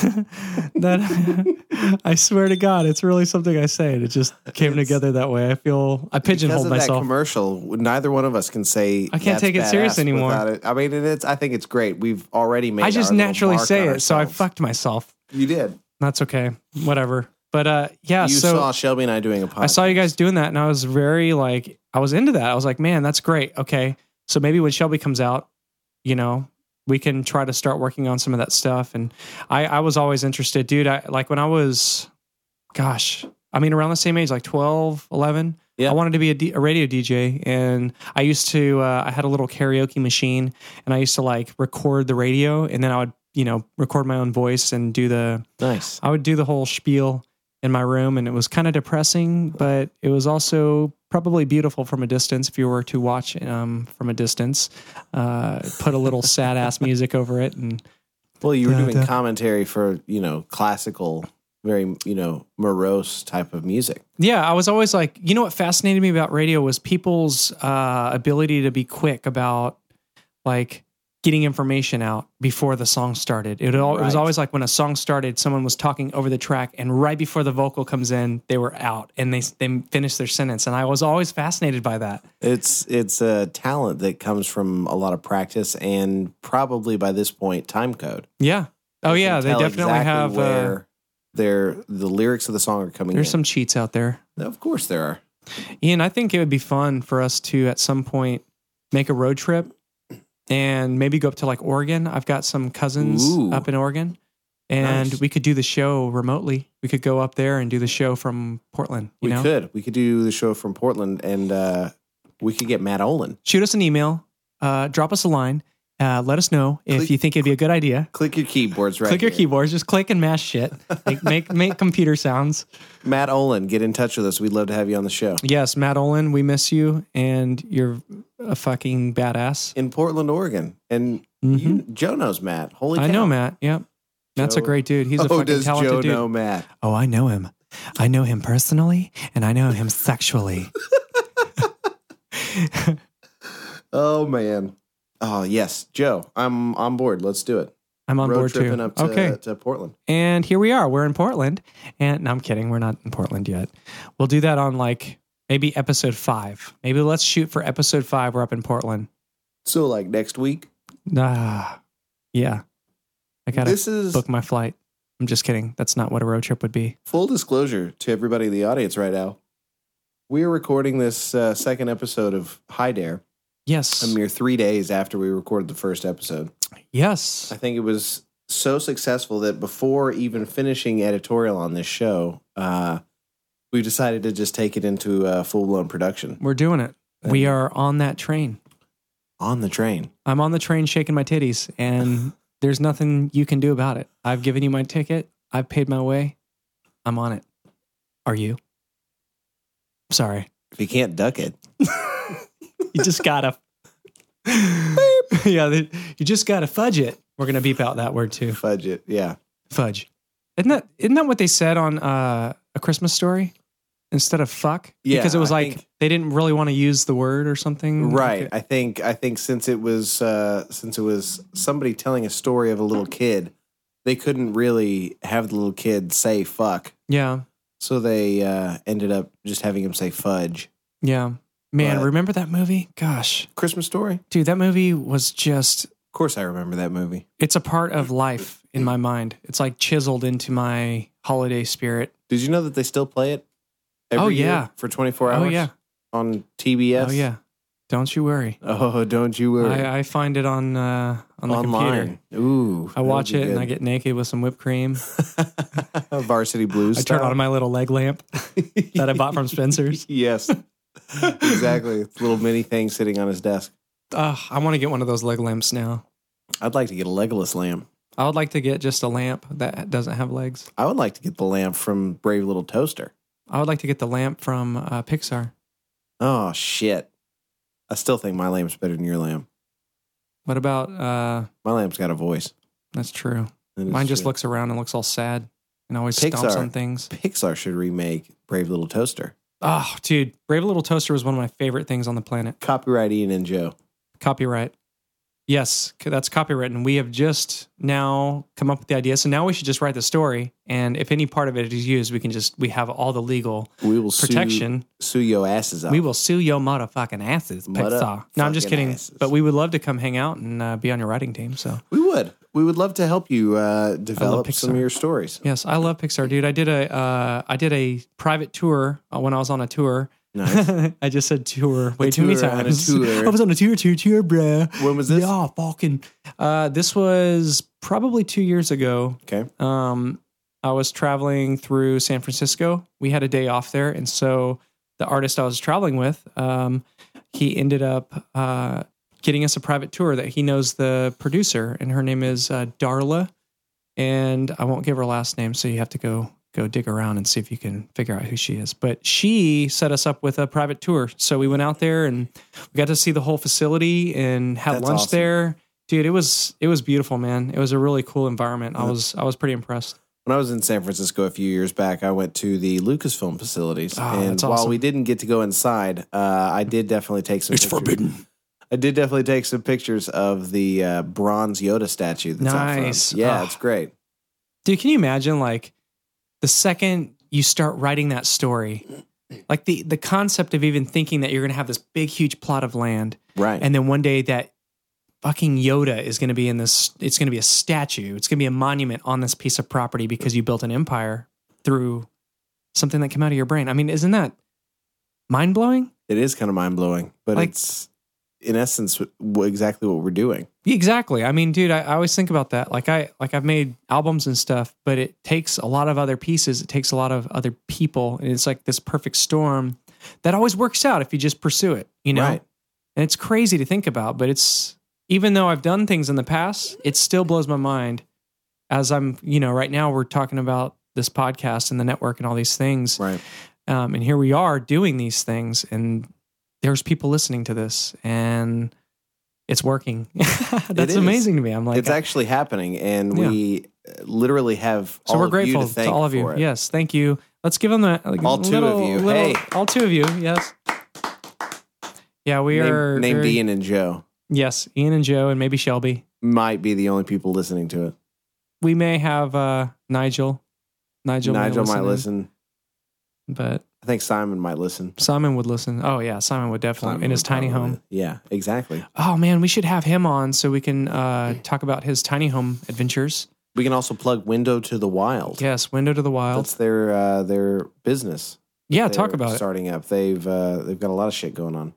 Speaker 4: that I swear to God, it's really something I say. And it just came together that way. I feel I
Speaker 2: because
Speaker 4: pigeonholed
Speaker 2: of that
Speaker 4: myself.
Speaker 2: commercial, neither one of us can say
Speaker 4: I can't
Speaker 2: "That's
Speaker 4: take it serious
Speaker 2: badass"
Speaker 4: anymore.
Speaker 2: without it. I mean, and it's. I think it's great. We've already made.
Speaker 4: I just
Speaker 2: our little
Speaker 4: naturally
Speaker 2: mark
Speaker 4: say it,
Speaker 2: on
Speaker 4: so I
Speaker 2: ourselves.
Speaker 4: fucked myself.
Speaker 2: You did.
Speaker 4: That's okay. Whatever. But uh yeah,
Speaker 2: you
Speaker 4: so
Speaker 2: saw Shelby and I doing a podcast.
Speaker 4: I saw you guys doing that and I was very like I was into that. I was like, man, that's great. Okay. So maybe when Shelby comes out, you know, we can try to start working on some of that stuff. And I, I was always interested, dude. I like when I was gosh, I mean around the same age, like 12, 11.
Speaker 2: Yeah.
Speaker 4: I wanted to be a, D, a radio DJ, and I used to. Uh, I had a little karaoke machine, and I used to like record the radio, and then I would, you know, record my own voice and do the
Speaker 2: Nice.
Speaker 4: I would do the whole spiel in my room, and it was kind of depressing, but it was also probably beautiful from a distance. If you were to watch um, from a distance, uh, put a little sad ass music over it, and
Speaker 2: Well, you were
Speaker 4: Da,
Speaker 2: doing
Speaker 4: da.
Speaker 2: commentary for you know classical, very you know morose type of music.
Speaker 4: yeah, I was always like, you know, what fascinated me about radio was people's uh, ability to be quick about like getting information out before the song started. It, all, it was
Speaker 2: Right.
Speaker 4: always like when a song started, someone was talking over the track, and right before the vocal comes in, they were out and they they finished their sentence. And I was always fascinated by that.
Speaker 2: It's it's a talent that comes from a lot of practice and probably by this point time code.
Speaker 4: Yeah. Oh
Speaker 2: You
Speaker 4: yeah,
Speaker 2: can
Speaker 4: they
Speaker 2: tell
Speaker 4: definitely
Speaker 2: exactly
Speaker 4: have. Uh,
Speaker 2: where their the lyrics of the song are coming.
Speaker 4: there's
Speaker 2: in.
Speaker 4: some cheats out there,
Speaker 2: of course there are.
Speaker 4: Ian. I think it would be fun for us to at some point make a road trip and maybe go up to like Oregon. I've got some cousins
Speaker 2: Ooh.
Speaker 4: up in Oregon, and
Speaker 2: Nice.
Speaker 4: we could do the show remotely. We could go up there and do the show from Portland. You
Speaker 2: we
Speaker 4: know,
Speaker 2: could we could do the show from Portland and uh, we could get Matt Olin.
Speaker 4: shoot us an email, uh, drop us a line, uh, let us know if
Speaker 2: Click-
Speaker 4: you think it'd be a good idea.
Speaker 2: Click your keyboards right.
Speaker 4: click your
Speaker 2: here.
Speaker 4: keyboards, just click and mash shit, make make, make computer sounds.
Speaker 2: Matt Olin, get in touch with us. We'd love to have you on the show
Speaker 4: Yes, Matt Olin, we miss you, and you're a fucking badass. Mm-hmm.
Speaker 2: in Portland, Oregon. And you, Joe knows Matt. Holy,
Speaker 4: I
Speaker 2: cow.
Speaker 4: know Matt. Yep, Matt's a
Speaker 2: Joe-
Speaker 4: great dude. He's a
Speaker 2: oh,
Speaker 4: fucking
Speaker 2: does
Speaker 4: talented
Speaker 2: Joe
Speaker 4: dude.
Speaker 2: know Matt?
Speaker 4: Oh, I know him. I know him personally, and I know him sexually.
Speaker 2: Oh man. Oh yes, Joe. I'm on board. Let's do it.
Speaker 4: I'm on
Speaker 2: Road
Speaker 4: board
Speaker 2: tripping
Speaker 4: too.
Speaker 2: up to,
Speaker 4: okay,
Speaker 2: to Portland.
Speaker 4: and here we are. We're in Portland, and no, I'm kidding. We're not in Portland yet. We'll do that on like maybe episode five. Maybe let's shoot for episode five. We're up in Portland.
Speaker 2: So like next week.
Speaker 4: Ah, yeah. I gotta
Speaker 2: This is
Speaker 4: book my flight. I'm just kidding. That's not what a road trip would be.
Speaker 2: full disclosure to everybody in the audience right now. We're recording this uh, second episode of Hi Dare
Speaker 4: Yes.
Speaker 2: a mere three days after we recorded the first episode.
Speaker 4: Yes.
Speaker 2: I think it was so successful that before even finishing editorial on this show, uh, we decided to just take it into uh, full blown production
Speaker 4: We're doing it. We are on that train.
Speaker 2: on the train.
Speaker 4: I'm on the train shaking my titties, and there's nothing you can do about it. I've given you my ticket. I've paid my way. I'm on it. Are you? Sorry.
Speaker 2: If you can't duck it,
Speaker 4: You just gotta. yeah, they- you just gotta fudge it. We're gonna beep out that word too.
Speaker 2: fudge it. Yeah.
Speaker 4: Fudge. Isn't that isn't that what they said on uh, a Christmas story? Instead of fuck,
Speaker 2: Yeah,
Speaker 4: because it was
Speaker 2: I
Speaker 4: like
Speaker 2: think-
Speaker 4: they didn't really want to use the word or something.
Speaker 2: Right. I think I think since it was uh, since it was somebody telling a story of a little kid, they couldn't really have the little kid say fuck.
Speaker 4: Yeah.
Speaker 2: So they uh, ended up just having him say fudge.
Speaker 4: Yeah. Man,
Speaker 2: But-
Speaker 4: remember that movie? Gosh.
Speaker 2: Christmas story?
Speaker 4: Dude, that movie was just
Speaker 2: course, I remember that movie.
Speaker 4: It's a part of life in my mind. It's like chiseled into my holiday spirit.
Speaker 2: Did you know that they still play it?
Speaker 4: Oh,
Speaker 2: year
Speaker 4: yeah.
Speaker 2: for twenty four
Speaker 4: Oh
Speaker 2: hours.
Speaker 4: yeah.
Speaker 2: on TBS.
Speaker 4: Oh yeah. Don't you worry.
Speaker 2: Oh, don't you worry.
Speaker 4: I, I find it on uh, on the computer.
Speaker 2: Online. Ooh,
Speaker 4: I watch it and I get naked with some whipped cream.
Speaker 2: get Varsity Blues.
Speaker 4: I turn
Speaker 2: style.
Speaker 4: on my little leg lamp that I bought from Spencer's.
Speaker 2: Yes, exactly. It's a little mini thing sitting on his desk.
Speaker 4: Ugh, I want to get one of those leg lamps now.
Speaker 2: I'd like to get a legless lamp.
Speaker 4: I would like to get just a lamp that doesn't have legs.
Speaker 2: I would like to get the lamp from Brave Little Toaster.
Speaker 4: I would like to get the lamp from uh, Pixar.
Speaker 2: Oh shit! I still think my lamp's better than your lamp.
Speaker 4: What about? Uh,
Speaker 2: My lamp's got a voice.
Speaker 4: that's true.
Speaker 2: That is
Speaker 4: Mine just
Speaker 2: true.
Speaker 4: looks around and looks all sad and always stomps
Speaker 2: Pixar.
Speaker 4: on things.
Speaker 2: Pixar should remake Brave Little Toaster.
Speaker 4: Oh, dude, Brave Little Toaster was one of my favorite things on the planet.
Speaker 2: Copyright Ian and Joe.
Speaker 4: Copyright. Yes, c- that's copyright, and we have just now come up with the idea. So now we should just write the story, and if any part of it is used, we can just we have all the legal
Speaker 2: We will
Speaker 4: protection.
Speaker 2: Sue, sue your asses up.
Speaker 4: We will sue your motherfucking asses,
Speaker 2: Mother
Speaker 4: Pixar. No, I'm just
Speaker 2: fucking
Speaker 4: kidding.
Speaker 2: asses.
Speaker 4: But we would love to come hang out and uh, be on your writing team. So
Speaker 2: We would. We would love to help you uh, develop some of
Speaker 4: Pixar.
Speaker 2: your stories.
Speaker 4: yes, I love Pixar, dude. I did a uh, I did a private tour uh, when I was on a tour.
Speaker 2: Nice.
Speaker 4: I just said tour way too many
Speaker 2: tour on a
Speaker 4: times.
Speaker 2: tour.
Speaker 4: I was on a tour, tour, tour, bruh.
Speaker 2: When was this?
Speaker 4: Yeah, fucking. Uh, this was probably two years ago.
Speaker 2: Okay.
Speaker 4: Um, I was traveling through San Francisco. We had a day off there, and so the artist I was traveling with, um, he ended up uh, getting us a private tour that he knows the producer, and her name is uh, Darla, and I won't give her last name, so you have to go go dig around and see if you can figure out who she is. But she set us up with a private tour, so we went out there and we got to see the whole facility and had
Speaker 2: That's
Speaker 4: lunch
Speaker 2: awesome.
Speaker 4: there. Dude, it was it was beautiful, man. It was a really cool environment. I was I was pretty impressed.
Speaker 2: When I was in San Francisco a few years back, I went to the Lucasfilm facilities,
Speaker 4: Ah,
Speaker 2: and
Speaker 4: that's
Speaker 2: while
Speaker 4: awesome.
Speaker 2: we didn't get to go inside, uh, I did definitely take some. It's forbidden. I did definitely take some pictures of the uh, bronze Yoda statue. That's out front.
Speaker 4: Nice.
Speaker 2: Yeah,
Speaker 4: Ah.
Speaker 2: it's great.
Speaker 4: Dude, can you imagine like the second you start writing that story, like the the concept of even thinking that you're going to have this big huge plot of land
Speaker 2: Right.
Speaker 4: and then one day that fucking Yoda is going to be in this it's going to be a statue. It's going to be a monument on this piece of property because you built an empire through something that came out of your brain. I mean, isn't that mind-blowing?
Speaker 2: it is kind of mind blowing, but
Speaker 4: Like-
Speaker 2: it's in essence w- w- exactly what we're doing.
Speaker 4: Yeah, Exactly. I mean, dude, I, I always think about that. Like I like I've made albums and stuff, but it takes a lot of other pieces. It takes a lot of other people, and it's like this perfect storm that always works out if you just pursue it. You know,
Speaker 2: Right.
Speaker 4: and it's crazy to think about, but it's even though I've done things in the past, it still blows my mind. As I'm, you know, right now we're talking about this podcast and the network and all these things,
Speaker 2: Right.
Speaker 4: um, and here we are doing these things, and there's people listening to this, and it's working. That's
Speaker 2: is.
Speaker 4: amazing to me. I'm like,
Speaker 2: it's actually happening, and we uh, literally have.
Speaker 4: so
Speaker 2: all
Speaker 4: we're
Speaker 2: of
Speaker 4: grateful
Speaker 2: you to,
Speaker 4: to,
Speaker 2: thank
Speaker 4: all of you.
Speaker 2: for it.
Speaker 4: Yes, thank you. Let's give them the like,
Speaker 2: All two of
Speaker 4: little-
Speaker 2: you.
Speaker 4: little-
Speaker 2: Hey.
Speaker 4: all two of you. Yes. Yeah, we
Speaker 2: Name-
Speaker 4: are
Speaker 2: named
Speaker 4: very-
Speaker 2: Ian and Joe
Speaker 4: Yes, Ian and Joe, and maybe Shelby.
Speaker 2: might be the only people listening to it.
Speaker 4: We may have uh, Nigel. Nigel,
Speaker 2: Nigel might
Speaker 4: in,
Speaker 2: listen.
Speaker 4: but
Speaker 2: I think Simon might listen.
Speaker 4: Simon would listen. Oh yeah, Simon would definitely
Speaker 2: Simon
Speaker 4: in his
Speaker 2: would
Speaker 4: tiny
Speaker 2: probably-
Speaker 4: home.
Speaker 2: Yeah, exactly.
Speaker 4: Oh man, we should have him on so we can uh, talk about his tiny home adventures.
Speaker 2: We can also plug Window to the Wild.
Speaker 4: Yes, Window to the Wild.
Speaker 2: That's their uh, their business.
Speaker 4: yeah,
Speaker 2: They're
Speaker 4: talk about it.
Speaker 2: starting up. They've uh, they've got a lot of shit going on,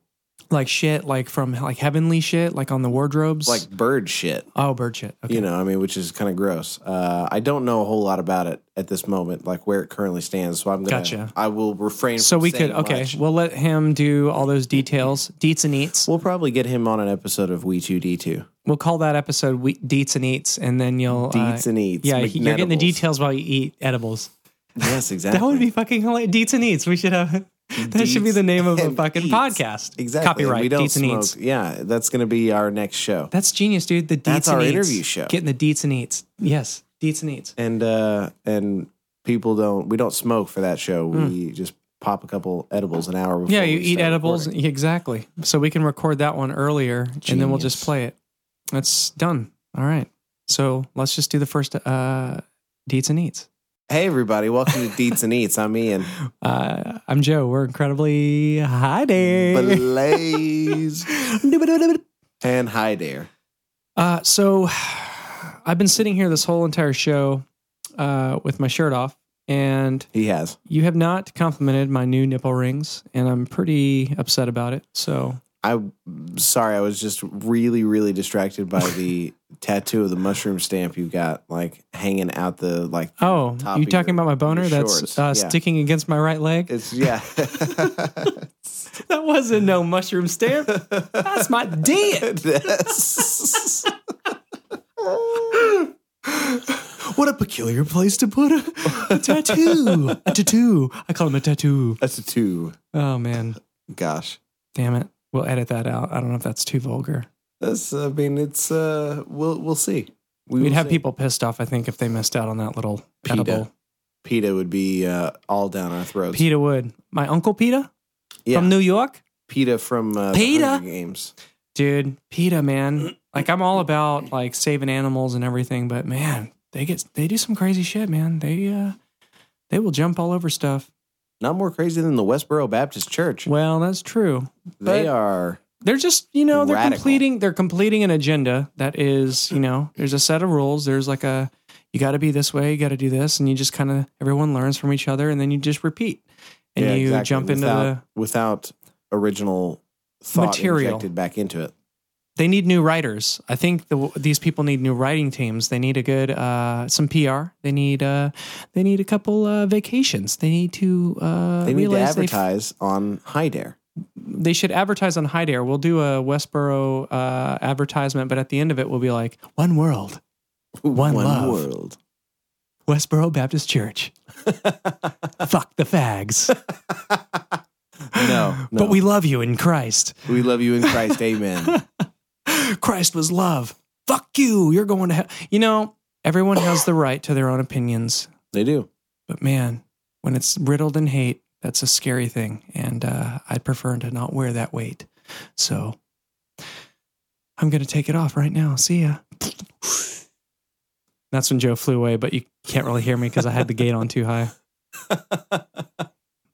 Speaker 4: Like shit, like from like heavenly shit, like on the wardrobes.
Speaker 2: like bird shit.
Speaker 4: oh, bird shit. Okay.
Speaker 2: You know, I mean, which is kind of gross. Uh, I don't know a whole lot about it at this moment, like where it currently stands. So I'm gonna,
Speaker 4: Gotcha.
Speaker 2: I will refrain.
Speaker 4: so
Speaker 2: from
Speaker 4: we could
Speaker 2: saying
Speaker 4: okay,
Speaker 2: much.
Speaker 4: we'll let him do all those details, deets and eats.
Speaker 2: We'll probably get him on an episode of We Two D Two
Speaker 4: We'll call that episode we- deets and eats, and then you'll
Speaker 2: Deets
Speaker 4: uh,
Speaker 2: and Eats.
Speaker 4: yeah, you're getting the
Speaker 2: McNedibles.
Speaker 4: details while you eat edibles.
Speaker 2: Yes, exactly.
Speaker 4: That would be fucking hilarious. Deets and Eats. We should have. That should be
Speaker 2: Deets
Speaker 4: the name of a
Speaker 2: and
Speaker 4: fucking
Speaker 2: Eats.
Speaker 4: podcast.
Speaker 2: Exactly.
Speaker 4: Copyright.
Speaker 2: We don't
Speaker 4: Deets and
Speaker 2: smoke.
Speaker 4: Eats.
Speaker 2: Yeah, that's going to be our next show.
Speaker 4: That's genius, dude. The Deets
Speaker 2: That's
Speaker 4: and
Speaker 2: our
Speaker 4: Eats.
Speaker 2: interview show.
Speaker 4: Getting the Deets and Eats. Yes, Deets and Eats.
Speaker 2: And uh and people don't we don't smoke for that show. We just pop a couple edibles an hour before.
Speaker 4: Hmm. Yeah, you
Speaker 2: we
Speaker 4: eat
Speaker 2: start
Speaker 4: edibles.
Speaker 2: recording.
Speaker 4: Yeah, exactly. So we can record that one earlier, and then we'll just
Speaker 2: Genius.
Speaker 4: play it. That's done. All right. So let's just do the first uh, Deets and Eats.
Speaker 2: Hey everybody, welcome to Deets and Eats. I'm Ian.
Speaker 4: Uh, I'm Joe. We're incredibly high there.
Speaker 2: Blaze and hi there.
Speaker 4: Uh, so I've been sitting here this whole entire show uh, with my shirt off, and
Speaker 2: He has.
Speaker 4: you have not complimented my new nipple rings, and I'm pretty upset about it. So
Speaker 2: I'm sorry, I was just really, really distracted by the tattoo of the mushroom stamp you got, like hanging out the like.
Speaker 4: Oh,
Speaker 2: top
Speaker 4: you
Speaker 2: of your-
Speaker 4: talking about my boner
Speaker 2: your
Speaker 4: that's
Speaker 2: shorts.
Speaker 4: uh,
Speaker 2: Yeah.
Speaker 4: sticking against my right leg?
Speaker 2: It's yeah.
Speaker 4: That wasn't no mushroom stamp. that's my dick.
Speaker 2: That's-
Speaker 4: What a peculiar place to put a, a tattoo. A tattoo. I call him a tattoo.
Speaker 2: That's a two.
Speaker 4: Oh man,
Speaker 2: Gosh,
Speaker 4: damn it. We'll edit that out. I don't know if that's too vulgar.
Speaker 2: that's. I mean, it's. Uh, we'll we'll see. We
Speaker 4: We'd
Speaker 2: will
Speaker 4: have
Speaker 2: see.
Speaker 4: people pissed off, I think, if they missed out on that little
Speaker 2: Pita.
Speaker 4: edible.
Speaker 2: PETA would be uh, all down our throats.
Speaker 4: Peta Wood, my uncle Peta
Speaker 2: yeah.
Speaker 4: from New York,
Speaker 2: PETA from uh, the
Speaker 4: PETA?
Speaker 2: Hunger Games.
Speaker 4: dude. Peta, man, like I'm all about like saving animals and everything, but man, they get they do some crazy shit, man. They uh, they will jump all over stuff.
Speaker 2: Not more crazy than the Westboro Baptist Church.
Speaker 4: Well, that's true.
Speaker 2: they
Speaker 4: but-
Speaker 2: are.
Speaker 4: They're just you know they're
Speaker 2: Radical.
Speaker 4: completing they're completing an agenda that is you know there's a set of rules. There's like a you got to be this way, you got to do this, and you just kind of everyone learns from each other, and then you just repeat and
Speaker 2: yeah,
Speaker 4: you
Speaker 2: exactly,
Speaker 4: jump into
Speaker 2: without,
Speaker 4: the
Speaker 2: without original thought
Speaker 4: Material.
Speaker 2: injected back into it.
Speaker 4: they need new writers. I think the, these people need new writing teams. They need a good uh, some PR. They need uh, they need a couple uh, vacations. They need to uh,
Speaker 2: They need to
Speaker 4: realize they f-
Speaker 2: advertise on High Dare.
Speaker 4: they should advertise on Hide Air. We'll do a Westboro uh, advertisement, but at the end of it, we'll be like One World, One Love.
Speaker 2: world.
Speaker 4: Westboro Baptist Church. Fuck the fags,
Speaker 2: No, no.
Speaker 4: but we love you in Christ.
Speaker 2: we love you in Christ. Amen.
Speaker 4: Christ was love. Fuck you. You're going to hell. You know, everyone has the right to their own opinions.
Speaker 2: they do.
Speaker 4: But man, when it's riddled in hate, that's a scary thing. And uh, I'd prefer to not wear that weight. So I'm going to take it off right now. See ya. That's when Joe flew away, but you can't really hear me because I had the gate on too high.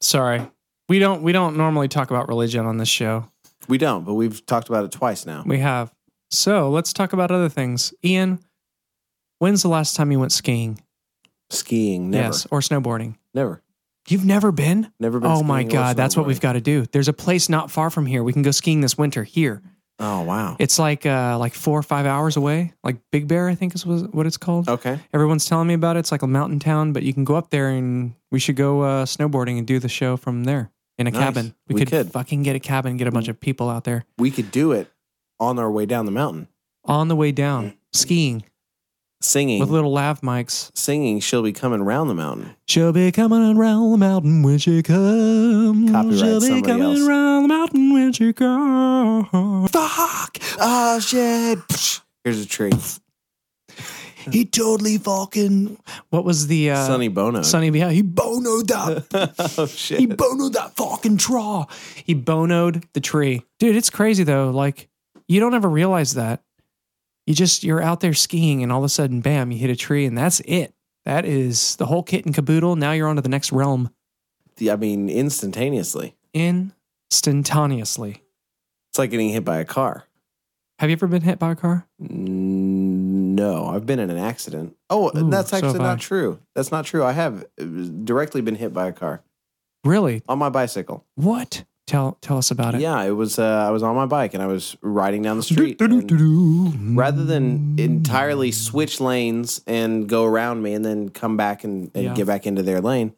Speaker 4: Sorry. We don't we don't normally talk about religion on this show.
Speaker 2: We don't, but we've talked about it twice now.
Speaker 4: We have. So let's talk about other things. Ian, when's the last time you went skiing?
Speaker 2: Skiing, never,
Speaker 4: Yes, or snowboarding.
Speaker 2: never,
Speaker 4: You've never been?
Speaker 2: never been.
Speaker 4: Oh my
Speaker 2: skiing or
Speaker 4: God, that's what we've
Speaker 2: snowboarding.
Speaker 4: got to do. There's a place not far from here. We can go skiing this winter here.
Speaker 2: Oh wow.
Speaker 4: It's like uh, like four or five hours away. Like Big Bear, I think is was- what it's called.
Speaker 2: okay.
Speaker 4: Everyone's telling me about it. It's like a mountain town, but you can go up there and we should go uh, snowboarding and do the show from there in a
Speaker 2: Nice.
Speaker 4: cabin.
Speaker 2: We could. Mm.
Speaker 4: fucking get a cabin, and get a bunch of people out there
Speaker 2: We could do it on our way down the mountain,
Speaker 4: on the way down skiing
Speaker 2: singing,
Speaker 4: with little lav mics.
Speaker 2: singing. She'll be coming round the mountain.
Speaker 4: She'll be coming around the mountain when she comes.
Speaker 2: Copyright
Speaker 4: She'll be
Speaker 2: somebody
Speaker 4: coming
Speaker 2: else.
Speaker 4: around the mountain when she comes. Fuck!
Speaker 2: Oh shit! Here's a tree.
Speaker 4: He totally fucking. What was the uh,
Speaker 2: Sonny Bono.
Speaker 4: Sonny? Yeah, he bonoed that.
Speaker 2: oh
Speaker 4: he
Speaker 2: shit!
Speaker 4: bonoed that fucking traw. He bonoed the tree, dude. It's crazy though. Like you don't ever realize that. You just you're out there skiing, and all of a sudden, bam, you hit a tree, and that's it. That is the whole kit and caboodle. Now you're on to the next realm
Speaker 2: I mean, instantaneously.
Speaker 4: instantaneously.
Speaker 2: It's like getting hit by a car.
Speaker 4: Have you ever been hit by a car?
Speaker 2: No, I've been in an accident. Oh,
Speaker 4: Ooh,
Speaker 2: that's
Speaker 4: so
Speaker 2: actually
Speaker 4: have I.
Speaker 2: not true. That's not true. I have uh, directly been hit by a car
Speaker 4: Really?
Speaker 2: on my bicycle.
Speaker 4: What? Tell tell us about it.
Speaker 2: Yeah, it was. Uh, I was on my bike and I was riding down the street. and rather than entirely switch lanes and go around me and then come back and, and
Speaker 4: Yeah.
Speaker 2: get back into their lane,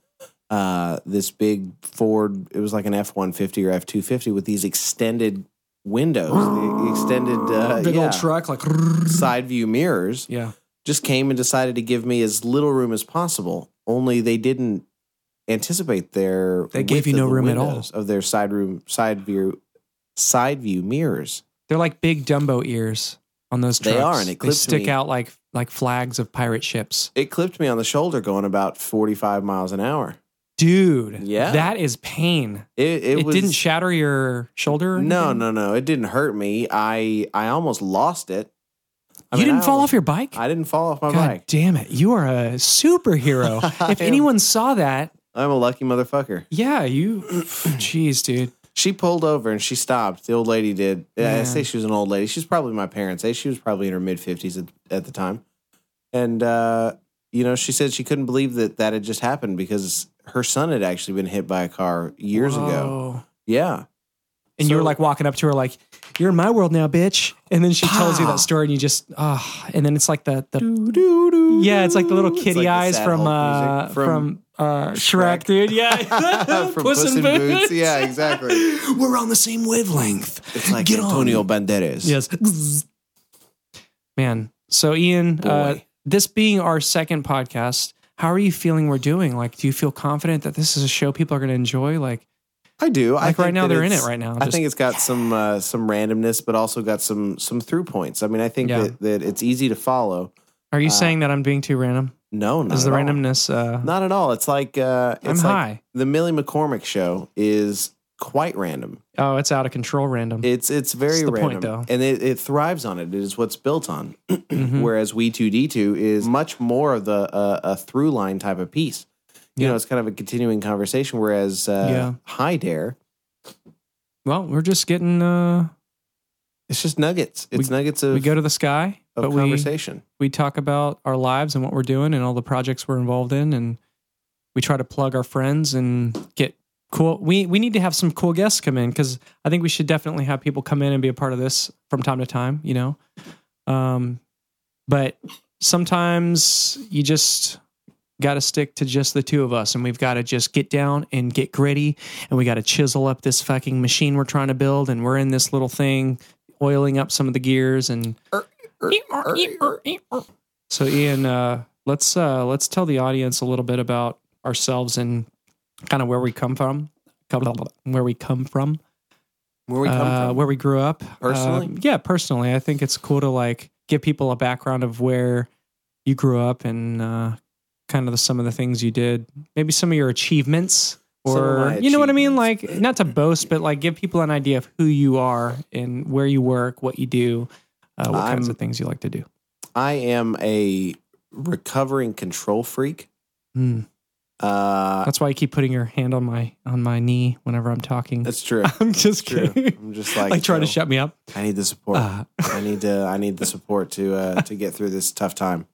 Speaker 2: uh, this big Ford. It was like an F one fifty or F two fifty with these extended windows, the extended uh,
Speaker 4: big
Speaker 2: yeah,
Speaker 4: old truck, like
Speaker 2: side view mirrors.
Speaker 4: yeah.
Speaker 2: just came and decided to give me as little room as possible. Only they didn't anticipate their
Speaker 4: They gave
Speaker 2: width
Speaker 4: you
Speaker 2: of
Speaker 4: no
Speaker 2: the
Speaker 4: room at all.
Speaker 2: windows of their side room side view side view mirrors.
Speaker 4: They're like big Dumbo ears on those
Speaker 2: They
Speaker 4: trucks.
Speaker 2: are, and it
Speaker 4: they
Speaker 2: clips
Speaker 4: stick
Speaker 2: me.
Speaker 4: out like like flags of pirate ships.
Speaker 2: It clipped me on the shoulder going about forty five miles an hour.
Speaker 4: Dude,
Speaker 2: Yeah.
Speaker 4: that is pain.
Speaker 2: It it,
Speaker 4: It,
Speaker 2: was,
Speaker 4: didn't shatter your shoulder. or
Speaker 2: no
Speaker 4: anything?
Speaker 2: no no it didn't hurt me. I I almost lost it.
Speaker 4: you didn't fall off your bike.
Speaker 2: I didn't fall off my
Speaker 4: God
Speaker 2: bike.
Speaker 4: damn it! You are a superhero.
Speaker 2: I
Speaker 4: if
Speaker 2: am.
Speaker 4: anyone saw that,
Speaker 2: I'm a lucky motherfucker.
Speaker 4: yeah, you. Jeez, dude.
Speaker 2: She pulled over and she stopped. The old lady did. Yeah. I
Speaker 4: Yeah.
Speaker 2: say she was an old lady. She's probably my parents' age. She was probably in her mid 50s at, at the time. And, uh, you know, she said she couldn't believe that that had just happened because her son had actually been hit by a car years ago.
Speaker 4: Whoa.
Speaker 2: Yeah.
Speaker 4: Oh. And you were
Speaker 2: So-
Speaker 4: like walking up to her like, "You're in my world now, bitch." And then she tells you
Speaker 2: Pow.
Speaker 4: that story, and you just ah. and then it's like the the
Speaker 2: Doo-doo-doo.
Speaker 4: yeah, it's like the little
Speaker 2: It's
Speaker 4: kitty
Speaker 2: like the
Speaker 4: eyes
Speaker 2: sad
Speaker 4: from
Speaker 2: Hulk
Speaker 4: uh
Speaker 2: music
Speaker 4: from, uh Shrek,
Speaker 2: Shrek.
Speaker 4: dude. Yeah,
Speaker 2: from Puss in Boots. Yeah, exactly.
Speaker 4: We're on the same wavelength.
Speaker 2: It's like
Speaker 4: Get on.
Speaker 2: Antonio Banderas.
Speaker 4: Yes. Man. So Ian, uh,
Speaker 2: Boy.
Speaker 4: this being our second podcast, how are you feeling we're doing? Like, do you feel confident that this is a show people are going to enjoy? Like,
Speaker 2: I do. I
Speaker 4: Like right
Speaker 2: think
Speaker 4: now,
Speaker 2: that
Speaker 4: they're in
Speaker 2: it's-
Speaker 4: it right now.
Speaker 2: I
Speaker 4: Just-
Speaker 2: think it's got some uh, some randomness, but also got some some through points. I mean, I think
Speaker 4: Yeah.
Speaker 2: that, that it's easy to follow.
Speaker 4: are you
Speaker 2: Uh,
Speaker 4: saying that I'm being too random?
Speaker 2: No, not
Speaker 4: Is the
Speaker 2: at all.
Speaker 4: randomness? Uh,
Speaker 2: Not at all. It's like uh,
Speaker 4: I'm
Speaker 2: it's like
Speaker 4: high.
Speaker 2: the Millie McCormick show is quite random.
Speaker 4: Oh, it's out of control. Random.
Speaker 2: It's it's very
Speaker 4: It's the
Speaker 2: random,
Speaker 4: point, though.
Speaker 2: and it, it thrives on it. It is what's built on.
Speaker 4: Mhm.
Speaker 2: Whereas We Two D Two is much more of the uh, a through line type of piece. You
Speaker 4: Yeah.
Speaker 2: know, it's kind of a continuing conversation. Whereas uh,
Speaker 4: Yeah.
Speaker 2: High Dare,
Speaker 4: well, we're just getting. Uh,
Speaker 2: it's just nuggets. It's nuggets of,
Speaker 4: we go to the sky,
Speaker 2: of
Speaker 4: but we
Speaker 2: conversation.
Speaker 4: we talk about our lives and what we're doing and all the projects we're involved in and we try to plug our friends and get cool we we need to have some cool guests come in cuz I think we should definitely have people come in and be a part of this from time to time, you know. Um but sometimes you just got to stick to just the two of us and we've got to just get down and get gritty and we got to chisel up this fucking machine we're trying to build and we're in this little thing oiling up some of the gears and so Ian, uh, let's uh, let's tell the audience a little bit about ourselves and kind of where we come from, come- where we come from,
Speaker 2: Where we come
Speaker 4: uh,
Speaker 2: from.
Speaker 4: where we grew up
Speaker 2: Personally?
Speaker 4: Uh, yeah, personally, I think it's cool to like give people a background of where you grew up and uh, kind of the, some of the things you did, maybe some of your achievements.
Speaker 2: Some of
Speaker 4: Or
Speaker 2: my
Speaker 4: you know what I mean,
Speaker 2: achievements.
Speaker 4: like not to boast, but like give people an idea of who you are and where you work, what you do, uh, what kinds
Speaker 2: I'm-
Speaker 4: of things you like to do.
Speaker 2: I am a recovering control freak. Hmm.
Speaker 4: Mm.
Speaker 2: Uh,
Speaker 4: That's why you keep putting your hand on my on my knee whenever I'm talking.
Speaker 2: that's true.
Speaker 4: I'm just
Speaker 2: true.
Speaker 4: kidding.
Speaker 2: I'm just
Speaker 4: Like,
Speaker 2: like,
Speaker 4: trying to
Speaker 2: you know,
Speaker 4: shut me up.
Speaker 2: I need the support.
Speaker 4: Uh,
Speaker 2: I need to. I need the support to uh, to get through this tough time.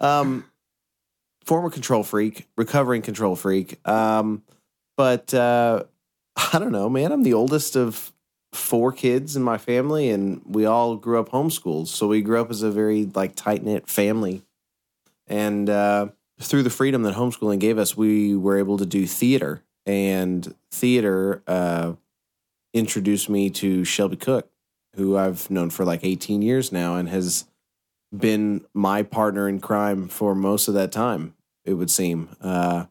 Speaker 2: Um, former control freak, recovering control freak. Um, but uh, I don't know, man. I'm the oldest of four kids in my family, and we all grew up homeschooled. So we grew up as a very like tight knit family, and uh, through the freedom that homeschooling gave us, we were able to do theater, and theater uh, introduced me to Shelby Cook who I've known for like 18 years now and has been my partner in crime for most of that time, it would seem. Uh,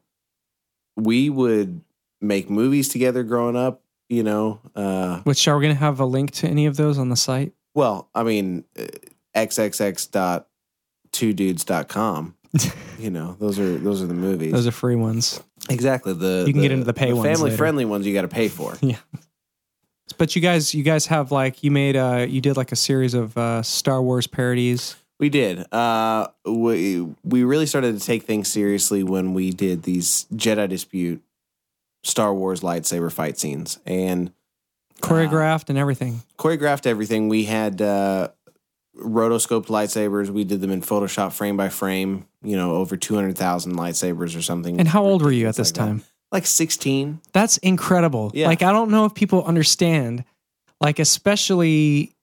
Speaker 2: we would make movies together growing up, you know. Uh,
Speaker 4: which are we gonna have a link to any of those on the site?
Speaker 2: well, I mean, uh, xxx dot two dudes dot com. You know, those are those are the movies.
Speaker 4: Those are free ones.
Speaker 2: exactly the
Speaker 4: You can get into the pay ones later.
Speaker 2: family friendly ones you got to pay for.
Speaker 4: But you guys, you guys have like you made uh you did like a series of uh Star Wars parodies.
Speaker 2: We did. Uh, we we really started to take things seriously when we did these Jedi dispute, Star Wars lightsaber fight scenes, and uh,
Speaker 4: Choreographed and everything.
Speaker 2: choreographed everything. We had uh, rotoscoped lightsabers. We did them in Photoshop, frame by frame. You know, over two hundred thousand lightsabers or something.
Speaker 4: And how old were you
Speaker 2: Ridiculous
Speaker 4: at this
Speaker 2: like that.
Speaker 4: time?
Speaker 2: Like sixteen.
Speaker 4: That's incredible.
Speaker 2: Yeah.
Speaker 4: Like I don't know if people understand. Like especially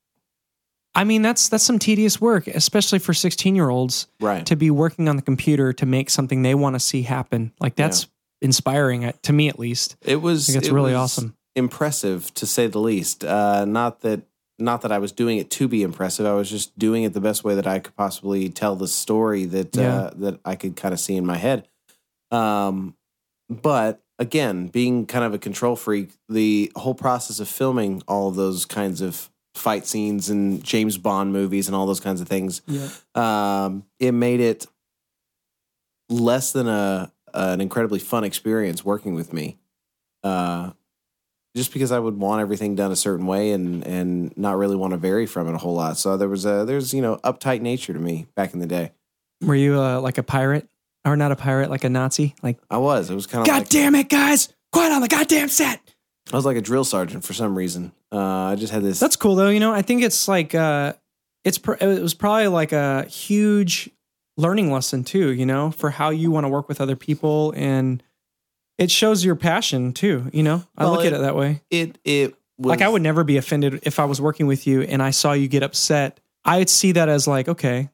Speaker 4: I mean that's that's some tedious work, especially for 16-year-olds
Speaker 2: Right.
Speaker 4: to be working on the computer to make something they want to see happen. Like that's inspiring uh, to me at least.
Speaker 2: It was.
Speaker 4: I think it's
Speaker 2: it
Speaker 4: really
Speaker 2: was
Speaker 4: awesome.
Speaker 2: Impressive to say the least. Uh, not that. Not that I was doing it to be impressive. I was just doing it the best way that I could possibly tell the story that
Speaker 4: Yeah.
Speaker 2: uh, that I could kind of see in my head. Um, but again, being kind of a control freak, the whole process of filming all of those kinds of fight scenes and James Bond movies and all those kinds of things,
Speaker 4: Yeah.
Speaker 2: um, it made it less than a an incredibly fun experience working with me. Uh, just because I would want everything done a certain way and and not really want to vary from it a whole lot. So there was a there's you know uptight nature to me back in the day.
Speaker 4: Were you uh, like a pirate or not a pirate like a Nazi? Like
Speaker 2: I was it was kind of
Speaker 4: God
Speaker 2: like,
Speaker 4: damn it guys, quiet on the goddamn set.
Speaker 2: I was like a drill sergeant for some reason. Uh, I just had this.
Speaker 4: That's cool though. You know, I think it's like uh, it's pr- it was probably like a huge learning lesson too. You know, for how you want to work with other people, and it shows your passion too. You know, I
Speaker 2: Well,
Speaker 4: look
Speaker 2: it
Speaker 4: at it that way.
Speaker 2: it. It was
Speaker 4: Like I would never be offended if I was working with you and I saw you get upset. I'd see that as like, okay,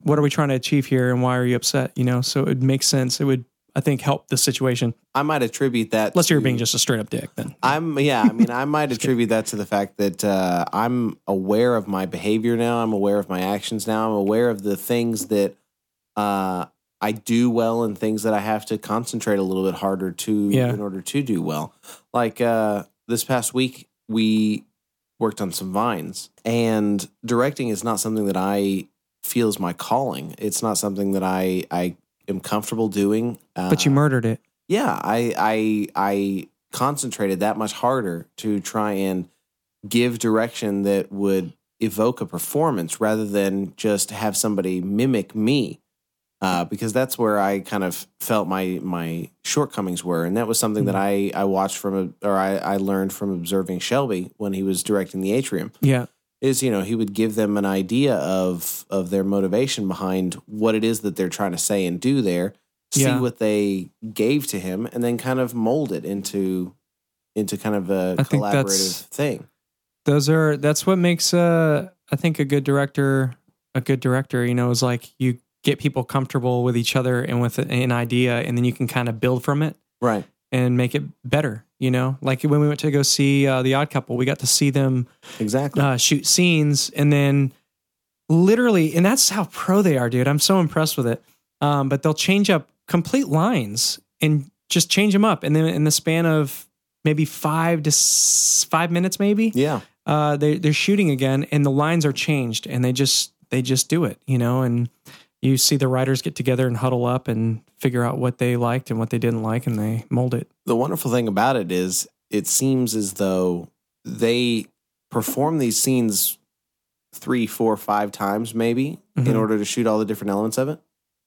Speaker 4: what are we trying to achieve here, and why are you upset? You know, so it would make sense. It would, I think, help the situation.
Speaker 2: I might attribute that.
Speaker 4: Unless you're
Speaker 2: to-
Speaker 4: being just a straight up dick, then
Speaker 2: I'm yeah. I mean, I might attribute that to the fact that uh, I'm aware of my behavior now. I'm aware of my actions now. I'm aware of the things that uh, I do well and things that I have to concentrate a little bit harder to
Speaker 4: Yeah.
Speaker 2: in order to do well. Like uh, this past week, we worked on some vines, and directing is not something that I feel is my calling. It's not something that I I am comfortable doing. Uh,
Speaker 4: but you murdered it.
Speaker 2: yeah i i i concentrated that much harder to try and give direction that would evoke a performance rather than just have somebody mimic me uh, because that's where I kind of felt my my shortcomings were, and that was something that I I watched from or I, I learned from observing Shelby when he was directing the atrium
Speaker 4: Yeah,
Speaker 2: is you know he would give them an idea of of their motivation behind what it is that they're trying to say and do there see
Speaker 4: Yeah.
Speaker 2: what they gave to him and then kind of mold it into into kind of a
Speaker 4: I think that's-
Speaker 2: collaborative thing
Speaker 4: those are that's what makes uh i think a good director a good director you know is like you get people comfortable with each other and with an idea and then you can kind of build from it
Speaker 2: right
Speaker 4: and make it better you know like when we went to go see uh, the odd couple we got to see them
Speaker 2: exactly
Speaker 4: uh, shoot scenes and then literally and that's how pro they are dude i'm so impressed with it um, but they'll change up complete lines and just change them up and then in the span of maybe five to s- five minutes maybe
Speaker 2: yeah
Speaker 4: uh, they they're shooting again, and the lines are changed, and they just they just do it, you know. And you see the writers get together and huddle up and figure out what they liked and what they didn't like, and they mold it.
Speaker 2: the wonderful thing about it is it seems as though they perform these scenes three four five times maybe in
Speaker 4: Mhm.
Speaker 2: order to shoot all the different elements of it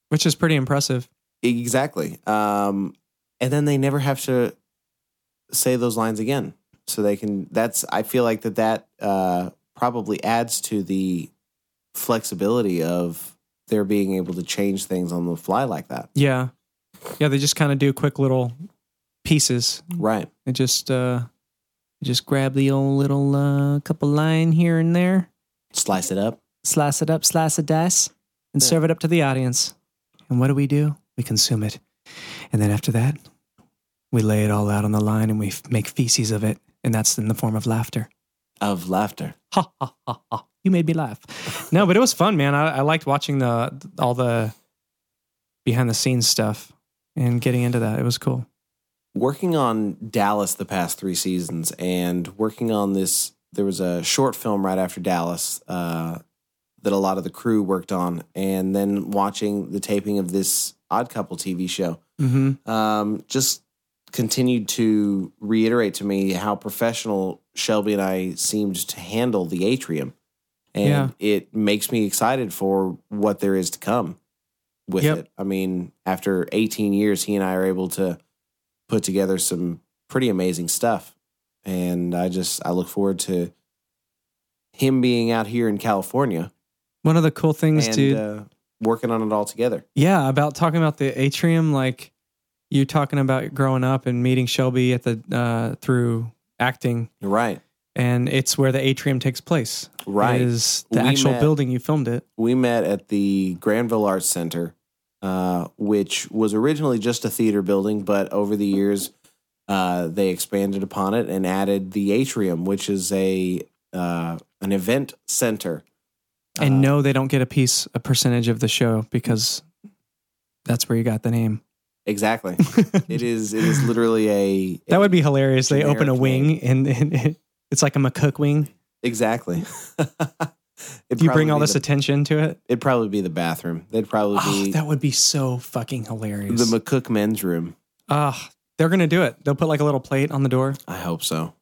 Speaker 4: Which is pretty impressive.
Speaker 2: Exactly. Um, and then they never have to say those lines again. So they can, that's, I feel like that that uh, probably adds to the flexibility of their being able to change things on the fly like that.
Speaker 4: Yeah, yeah. They just kind of do quick little pieces.
Speaker 2: Right.
Speaker 4: They just uh, just grab the old little uh, couple line here and there,
Speaker 2: Slice it up.
Speaker 4: slice it up, slice it dice, and
Speaker 2: Yeah.
Speaker 4: serve it up to the audience. And what do we do? We consume it. And then after that, we lay it all out on the line and we f- make feces of it. And that's in the form of laughter.
Speaker 2: Of laughter.
Speaker 4: Ha ha ha ha. You made me laugh. no, but it was fun, man. I, I liked watching the all the behind the scenes stuff and getting into that. It was cool.
Speaker 2: working on Dallas the past three seasons and working on this, there was a short film right after Dallas uh, that a lot of the crew worked on, and then watching the taping of this Odd Couple TV show
Speaker 4: Mm-hmm.
Speaker 2: um, just continued to reiterate to me how professional Shelby and I seemed to handle the atrium. And it makes me excited for what there is to come with
Speaker 4: Yep.
Speaker 2: it. I mean, after 18 years, he and I are able to put together some pretty amazing stuff. And I just, I look forward to him being out here in California
Speaker 4: One of the cool things,
Speaker 2: and
Speaker 4: dude.
Speaker 2: uh, working on it all together.
Speaker 4: Yeah, about talking about the atrium, like you talking about growing up and meeting Shelby at the uh, through acting,
Speaker 2: Right.
Speaker 4: and it's where the atrium takes place.
Speaker 2: Right.
Speaker 4: is the
Speaker 2: We
Speaker 4: actual
Speaker 2: met-
Speaker 4: building you filmed it?
Speaker 2: we met at the Granville Arts Center, uh, which was originally just a theater building, but over the years uh, they expanded upon it and added the atrium, which is a uh, an event center.
Speaker 4: And
Speaker 2: Uh,
Speaker 4: no, they don't get a piece, a percentage of the show because that's where you got the name.
Speaker 2: exactly,
Speaker 4: that
Speaker 2: it is it is literally a
Speaker 4: would be hilarious. They open a
Speaker 2: Generic
Speaker 4: wing and, and it, it's like a McCook wing.
Speaker 2: exactly. It'd
Speaker 4: You bring
Speaker 2: probably
Speaker 4: all
Speaker 2: be
Speaker 4: this
Speaker 2: the-
Speaker 4: attention to it.
Speaker 2: it'd probably be the bathroom. They'd probably
Speaker 4: Oh,
Speaker 2: be
Speaker 4: that would be so fucking hilarious.
Speaker 2: the McCook men's room.
Speaker 4: Ah, they're gonna do it. They'll put like a little plate on the door.
Speaker 2: I hope so.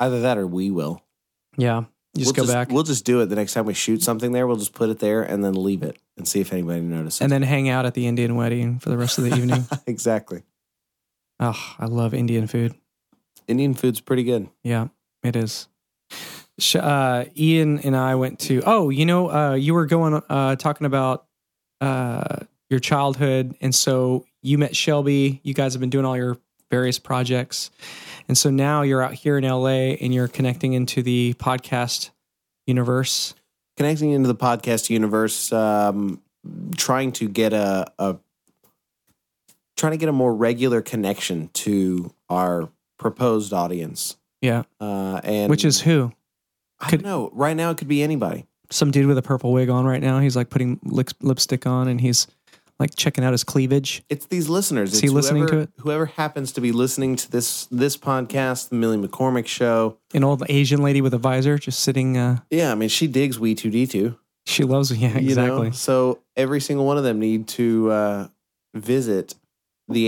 Speaker 2: Either that or we will.
Speaker 4: Yeah, you just
Speaker 2: we'll
Speaker 4: go back.
Speaker 2: We'll just do it the next time we shoot something there. We'll just put it there and then leave it and see if anybody notices.
Speaker 4: and then hang out at the Indian wedding for the rest of the evening.
Speaker 2: exactly.
Speaker 4: oh, I love Indian food.
Speaker 2: Indian food's pretty good.
Speaker 4: Yeah, it is. Sh- Uh, Ian and I went to. Oh, you know, uh, you were going uh, talking about uh, your childhood, and so you met Shelby. You guys have been doing all your various projects, and so now you're out here in LA, and you're connecting into the podcast universe.
Speaker 2: Connecting into the podcast universe, um, trying to get a, a trying to get a more regular connection to our proposed audience.
Speaker 4: Yeah,
Speaker 2: Uh, and
Speaker 4: which is who?
Speaker 2: I
Speaker 4: could-
Speaker 2: don't know. Right now, it could be anybody.
Speaker 4: Some dude with a purple wig on right now. He's like putting lip- lipstick on, and he's like checking out his cleavage.
Speaker 2: It's these listeners.
Speaker 4: Is
Speaker 2: It's
Speaker 4: he listening
Speaker 2: whoever,
Speaker 4: to
Speaker 2: Whoever happens to be listening to this this podcast, the Millie McCormick Show.
Speaker 4: An old Asian lady with a visor, just sitting. Uh,
Speaker 2: Yeah, I mean, she digs We Two D Two.
Speaker 4: she loves. Yeah,
Speaker 2: you know?
Speaker 4: exactly.
Speaker 2: So every single one of them need to uh, visit the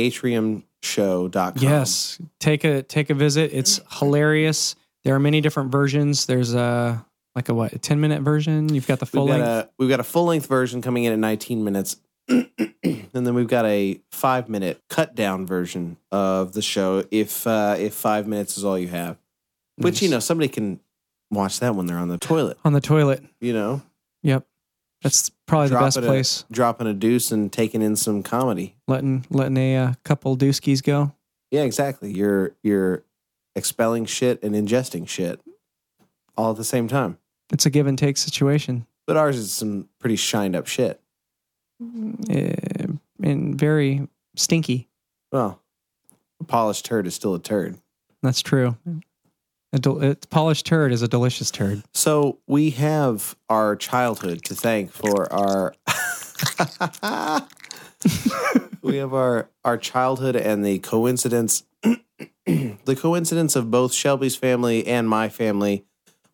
Speaker 2: atriumshow.com.
Speaker 4: Yes, take a take a visit. It's hilarious. There are many different versions. There's a like a what a ten minute version. You've got the
Speaker 2: We've
Speaker 4: full
Speaker 2: got,
Speaker 4: length.
Speaker 2: a, we've got a full length version coming in at 19 minutes. and then we've got a five minute cut down version of the show if uh, if five minutes is all you have. Which, you know,
Speaker 4: Nice.
Speaker 2: somebody can watch that when they're on the toilet,
Speaker 4: on the toilet.
Speaker 2: you know,
Speaker 4: Yep, that's probably the
Speaker 2: Drop
Speaker 4: best
Speaker 2: it a-
Speaker 4: place.
Speaker 2: dropping a deuce and taking in some comedy.
Speaker 4: Letting letting a uh, couple dooskies go.
Speaker 2: Yeah, exactly. You're you're expelling shit and ingesting shit all at the same time.
Speaker 4: It's a give and take situation.
Speaker 2: But ours is some pretty shined up shit.
Speaker 4: Eh, and very stinky.
Speaker 2: Well, a polished turd is still a turd.
Speaker 4: That's true. A del- it's polished turd is a delicious turd.
Speaker 2: So we have our childhood to thank for our. we have our our childhood and the coincidence, the coincidence of both Shelby's family and my family,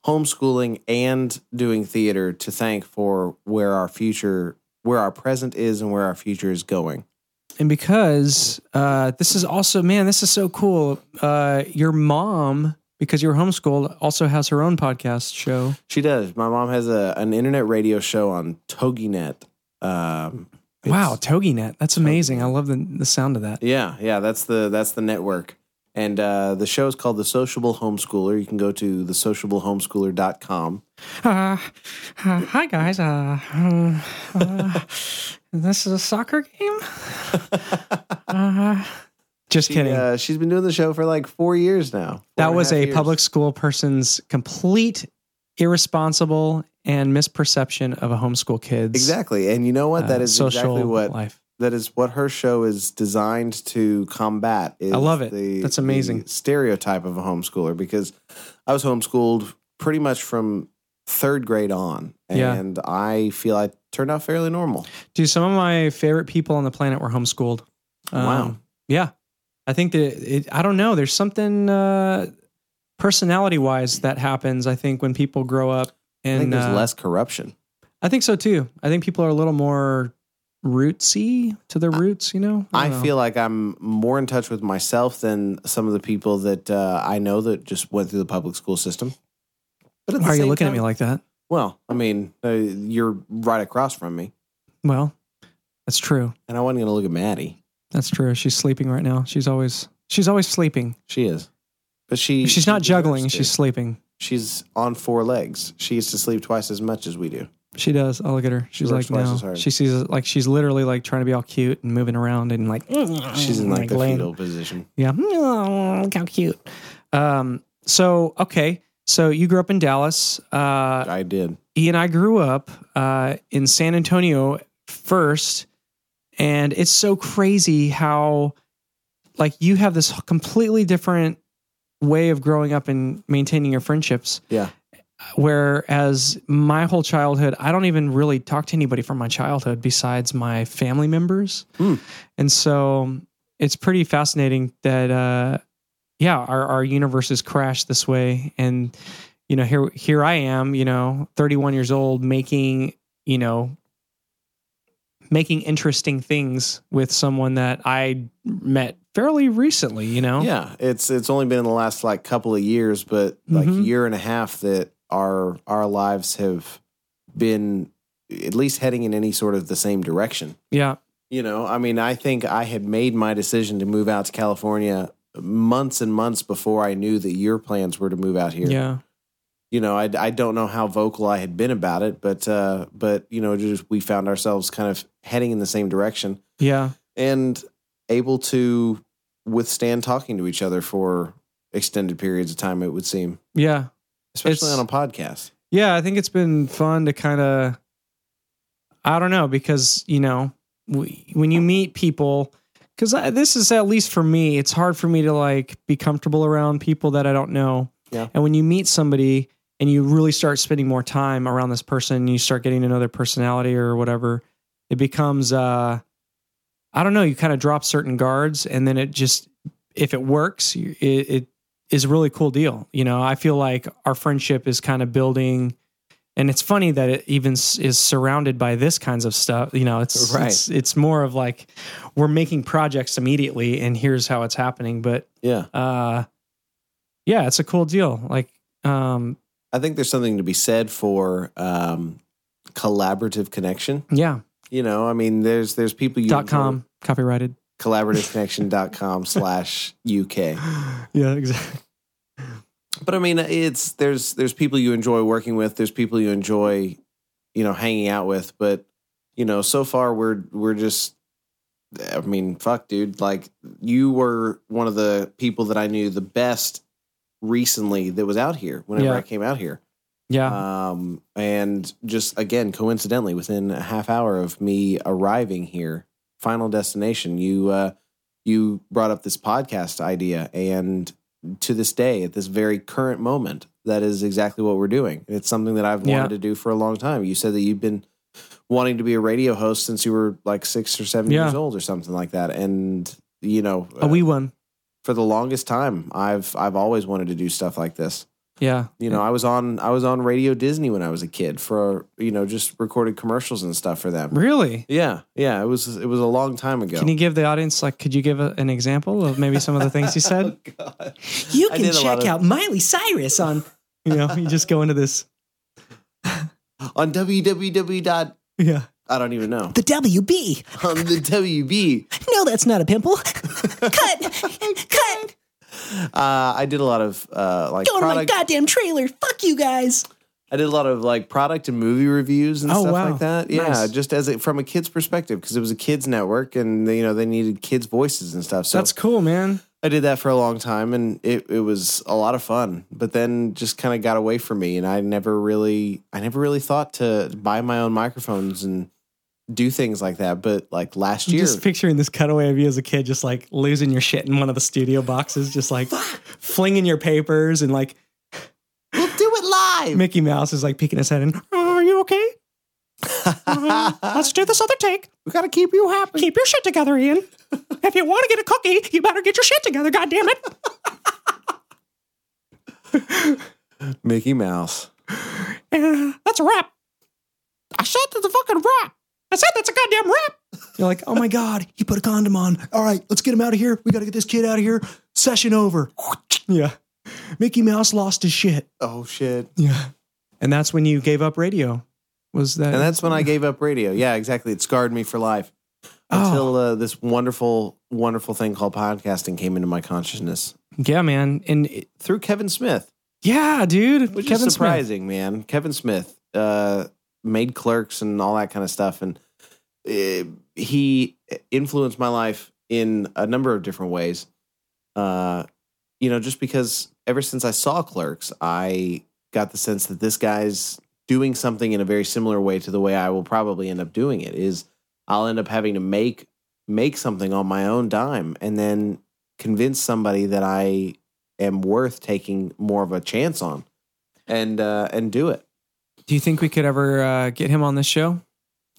Speaker 2: homeschooling and doing theater to thank for where our future, where our present is, and where our future is going.
Speaker 4: and because uh, this is also man this is so cool uh, your mom because you're homeschooled also has her own podcast show
Speaker 2: She does. My mom has a an internet radio show on TogiNet. Um, it's-
Speaker 4: wow toginet that's amazing i love the, the sound of that
Speaker 2: Yeah, yeah, that's the that's the network. And uh, the show is called The Sociable Homeschooler. You can go to thesociablehomeschooler.com.
Speaker 4: uh, uh, hi guys uh, um, uh, this is a soccer game uh, just kidding
Speaker 2: Uh, she's been doing the show for like four years now. Four
Speaker 4: that
Speaker 2: and
Speaker 4: was
Speaker 2: half
Speaker 4: a
Speaker 2: years.
Speaker 4: public school person's complete irresponsible and misperception of a homeschool kid's
Speaker 2: Exactly. And you know what? That
Speaker 4: uh,
Speaker 2: is
Speaker 4: social
Speaker 2: exactly what
Speaker 4: life
Speaker 2: that is what her show is designed to combat. Is
Speaker 4: I love it. That's amazing.
Speaker 2: the stereotype of a homeschooler because I was homeschooled pretty much from third grade on.
Speaker 4: Yeah.
Speaker 2: And I feel I turned out fairly normal.
Speaker 4: Dude, some of my favorite people on the planet were homeschooled. Um,
Speaker 2: Wow.
Speaker 4: Yeah. I think that it, I don't know. There's something uh, personality wise that happens, I think, when people grow up. And
Speaker 2: I think there's
Speaker 4: uh,
Speaker 2: less corruption.
Speaker 4: I think so too. I think people are a little more rootsy to their roots, you know?
Speaker 2: I
Speaker 4: don't know.
Speaker 2: feel like I'm more in touch with myself than some of the people that uh, I know that just went through the public school system. But at the
Speaker 4: Why are you
Speaker 2: same
Speaker 4: looking
Speaker 2: time-
Speaker 4: at me like that?
Speaker 2: Well, I mean, uh, you're right across from me,
Speaker 4: Well, that's true.
Speaker 2: and I wasn't going to look at Maddie.
Speaker 4: That's true. She's sleeping right now. She's always she's always sleeping.
Speaker 2: She is, but she
Speaker 4: If she's not
Speaker 2: deserves
Speaker 4: juggling,
Speaker 2: to.
Speaker 4: she's sleeping.
Speaker 2: she's on four legs. She used to sleep twice as much as we do.
Speaker 4: She does. I look at her. She's
Speaker 2: works
Speaker 4: like
Speaker 2: twice as
Speaker 4: no.
Speaker 2: hard.
Speaker 4: She sees it like she's literally like trying to be all cute and moving around and like
Speaker 2: She's in like, the
Speaker 4: laying-
Speaker 2: fetal position.
Speaker 4: Yeah, look how cute. Um. So okay. So you grew up in Dallas. Uh,
Speaker 2: I did.
Speaker 4: he and I grew up uh, in San Antonio first, and it's so crazy how like you have this completely different way of growing up and maintaining your friendships.
Speaker 2: Yeah.
Speaker 4: Whereas my whole childhood, I don't even really talk to anybody from my childhood besides my family members.
Speaker 2: Hmm.
Speaker 4: And so it's pretty fascinating that, uh, yeah, our, our universes crash this way. And, you know, here, here I am, you know, 31 years old making, you know, making interesting things with someone that I met fairly recently, you know?
Speaker 2: Yeah, it's it's only been in the last like couple of years, but like
Speaker 4: Mhm.
Speaker 2: year and a half that our our lives have been at least heading in any sort of the same direction.
Speaker 4: Yeah.
Speaker 2: You know, I mean, I think I had made my decision to move out to California months and months before I knew that your plans were to move out here.
Speaker 4: Yeah.
Speaker 2: You know, I, I don't know how vocal I had been about it, but uh, but you know, just we found ourselves kind of heading in the same direction
Speaker 4: Yeah.
Speaker 2: and able to withstand talking to each other for extended periods of time. It would seem,
Speaker 4: Yeah.
Speaker 2: especially
Speaker 4: It's-
Speaker 2: on a podcast.
Speaker 4: Yeah, I think it's been fun to kind of, I don't know, because, you know, we, when you meet people, because this is at least for me, it's hard for me to like be comfortable around people that I don't know.
Speaker 2: Yeah.
Speaker 4: And when you meet somebody and you really start spending more time around this person, you start getting to know their personality or whatever, it becomes, uh, I don't know, you kind of drop certain guards and then it just, if it works, you- it, it is a really cool deal. You know, I feel like our friendship is kind of building, and it's funny that it even s- is surrounded by this kinds of stuff. You know, it's
Speaker 2: Right.
Speaker 4: it's, it's more of like we're making projects immediately, and here's how it's happening. But
Speaker 2: Yeah,
Speaker 4: uh, yeah, it's a cool deal. Like, um,
Speaker 2: I think there's something to be said for um, collaborative connection.
Speaker 4: yeah,
Speaker 2: You know, I mean, there's there's people you
Speaker 4: dot com copyrighted.
Speaker 2: collaborativeconnection.com slash UK.
Speaker 4: yeah, exactly.
Speaker 2: But I mean, it's there's there's people you enjoy working with. There's people you enjoy, you know, hanging out with. But you know, so far we're we're just. I mean, fuck, dude. Like you were one of the people that I knew the best recently that was out here. Whenever
Speaker 4: Yeah.
Speaker 2: I came out here,
Speaker 4: Yeah,
Speaker 2: um, and just again, coincidentally, within a half hour of me arriving here, final destination, you uh, you brought up this podcast idea, and to this day, at this very current moment, that is exactly what we're doing. And It's something that I've wanted
Speaker 4: Yeah.
Speaker 2: to do for a long time. You said that you've been wanting to be a radio host since you were like six or seven
Speaker 4: Yeah. Uh,
Speaker 2: years old, or something like that, and you know, uh,
Speaker 4: a wee one.
Speaker 2: for the longest time, I've I've always wanted to do stuff like this
Speaker 4: Yeah,
Speaker 2: you know i was on i was on radio disney when i was a kid for you know just recorded commercials and stuff for them
Speaker 4: really.
Speaker 2: yeah yeah it was it was a long time ago
Speaker 4: Can you give the audience like? Could you give a, an example of maybe some of the things you said?
Speaker 2: God.
Speaker 4: You
Speaker 2: I can did a lot check of- out
Speaker 4: Miley Cyrus on. You know, you just go into this.
Speaker 2: on www dot
Speaker 4: Yeah.
Speaker 2: i don't even know
Speaker 6: The WB.
Speaker 2: on the wb
Speaker 6: No, that's not a pimple. Cut! Cut!
Speaker 2: uh, i did a lot of uh like
Speaker 6: Go to my
Speaker 2: product
Speaker 6: goddamn trailer. Fuck you guys.
Speaker 2: i did a lot of like product and movie reviews and
Speaker 4: Oh,
Speaker 2: stuff
Speaker 4: wow.
Speaker 2: like that yeah
Speaker 4: Nice.
Speaker 2: just as a, from a kid's perspective because it was a kids network and you know they needed kids voices and stuff so
Speaker 4: That's cool, man.
Speaker 2: I did that for a long time and it, it was a lot of fun, but then just kind of got away from me. And I never really, I never really thought to buy my own microphones and do things like that. But like last
Speaker 4: I'm
Speaker 2: year,
Speaker 4: just picturing this cutaway of you as a kid, just like losing your shit in one of the studio boxes, just like flinging your papers and like
Speaker 2: we'll do it live.
Speaker 4: Mickey Mouse is like peeking his head in. are you okay? Uh, let's do this other take.
Speaker 2: we got to keep you happy.
Speaker 4: Keep your shit together, Ian. If you want to get a cookie, you better get your shit together. God damn it!
Speaker 2: Mickey Mouse.
Speaker 4: Uh, that's a wrap. I said that's a fucking wrap. I said that's a goddamn wrap. You're like, oh my god,
Speaker 6: He put a condom on. All right, let's get him out of here. We gotta get this kid out of here. Session over.
Speaker 4: yeah.
Speaker 6: Mickey Mouse lost his shit.
Speaker 2: Oh shit.
Speaker 4: Yeah. And that's when you gave up radio. Was that?
Speaker 2: And that's when I gave up radio. Yeah, exactly. It scarred me for life
Speaker 4: Oh,
Speaker 2: until uh, this wonderful, wonderful thing called podcasting came into my consciousness
Speaker 4: yeah, man. And it-
Speaker 2: through Kevin Smith.
Speaker 4: yeah, dude.
Speaker 2: which
Speaker 4: Kevin
Speaker 2: is surprising, man. Kevin Smith uh, made Clerks and all that kind of stuff, and uh, he influenced my life in a number of different ways. Uh, you know, just because ever since I saw Clerks, I got the sense that this guy's doing something in a very similar way to the way I will probably end up doing it. Is I'll end up having to make make something on my own dime, and then convince somebody that I am worth taking more of a chance on and uh, and do it.
Speaker 4: Smith. Do you think we could ever uh, get him on this show?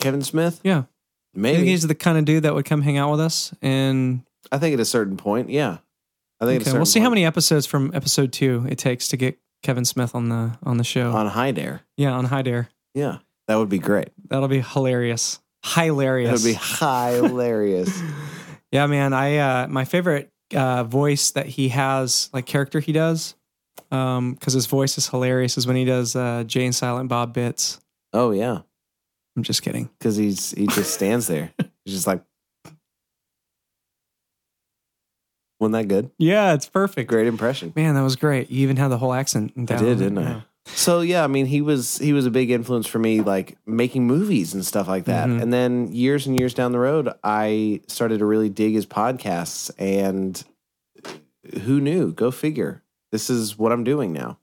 Speaker 2: Kevin Smith,
Speaker 4: Yeah. Do you
Speaker 2: maybe.
Speaker 4: think he's the kind of dude that would come hang out with us? And
Speaker 2: I think at a certain point, yeah. I think at a
Speaker 4: okay,
Speaker 2: certain
Speaker 4: we'll see how
Speaker 2: point-
Speaker 4: many episodes from episode two it takes to get Kevin Smith on the on the show.
Speaker 2: on high dare.
Speaker 4: yeah, on High Dare.
Speaker 2: Yeah, that would be great.
Speaker 4: That'll be hilarious. Hilarious.
Speaker 2: That would be hilarious.
Speaker 4: yeah, man. I uh, my favorite uh, voice that he has, like character he does, because his voice is hilarious, is when he does uh, Jay and Silent Bob bits.
Speaker 2: oh yeah,
Speaker 4: I'm just kidding.
Speaker 2: because he's he just stands there. He's just like Wasn't that good?
Speaker 4: Yeah, it's perfect.
Speaker 2: Great impression.
Speaker 4: Man, that was great. You even had the whole accent.
Speaker 2: I
Speaker 4: down.
Speaker 2: did, didn't
Speaker 4: Yeah.
Speaker 2: I? So yeah, I mean, he was he was a big influence for me, like making movies and stuff like that.
Speaker 4: Mhm.
Speaker 2: And then years and years down the road, I started to really dig his podcasts. And uh, who knew? Go figure. This is what I'm doing now.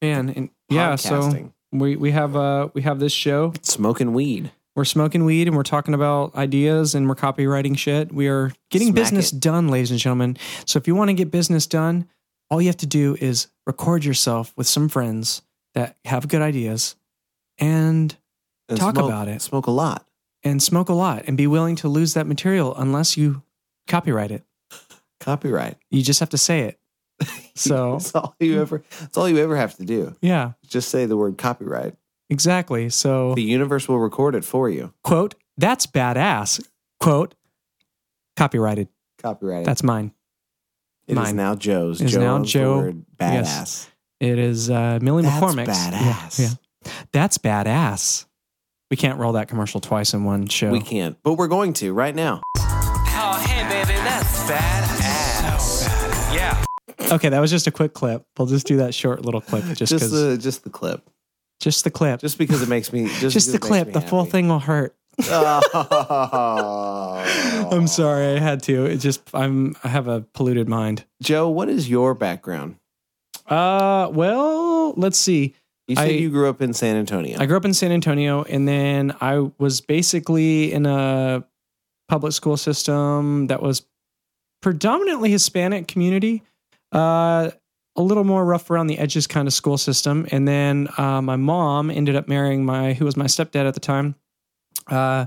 Speaker 4: Man, and yeah. So
Speaker 2: Podcasting.
Speaker 4: we we have uh we have this show.
Speaker 2: smoking weed.
Speaker 4: We're smoking weed and we're talking about ideas and we're copywriting shit. We are getting
Speaker 2: Smack
Speaker 4: business
Speaker 2: it.
Speaker 4: done, ladies and gentlemen. So if you want to get business done, all you have to do is record yourself with some friends that have good ideas and
Speaker 2: And
Speaker 4: Talk
Speaker 2: smoke-
Speaker 4: about it.
Speaker 2: Smoke a lot.
Speaker 4: and smoke a lot and be willing to lose that material unless you copyright it.
Speaker 2: Copyright.
Speaker 4: You just have to say it. So
Speaker 2: that's all you ever. That's all you ever have to do.
Speaker 4: yeah,
Speaker 2: Just say the word copyright.
Speaker 4: exactly. So
Speaker 2: The universe will record it for you.
Speaker 4: quote, that's badass. Quote, copyrighted.
Speaker 2: Copyright.
Speaker 4: That's mine.
Speaker 2: it is
Speaker 4: mine.
Speaker 2: now Joe's.
Speaker 4: It is now
Speaker 2: owns the
Speaker 4: Joe.
Speaker 2: word Badass.
Speaker 4: Yes. It is uh, Millie
Speaker 2: That's
Speaker 4: McCormick's.
Speaker 2: badass.
Speaker 4: Yeah, yeah. That's badass. We can't roll that commercial twice in one show.
Speaker 2: We can't, but we're going to right now.
Speaker 5: Oh, hey, baby, that's badass. Yeah.
Speaker 4: Okay, that was just a quick clip. We'll just do that short little clip just
Speaker 2: Just
Speaker 4: because. Just,
Speaker 2: the just the clip.
Speaker 4: the clip. Just,
Speaker 2: Just because it makes me just,
Speaker 4: the clip. The full thing will hurt. I'm sorry, I had to. It just I'm I have a polluted mind.
Speaker 2: Joe, what is your background?
Speaker 4: Uh, well, let's see.
Speaker 2: You said
Speaker 4: I-
Speaker 2: you grew up in San Antonio.
Speaker 4: I grew up in San Antonio, and then I was basically in a public school system that was predominantly Hispanic community, uh, a little more rough around the edges kind of school system. And then uh, my mom ended up marrying my, who was my stepdad at the time, uh,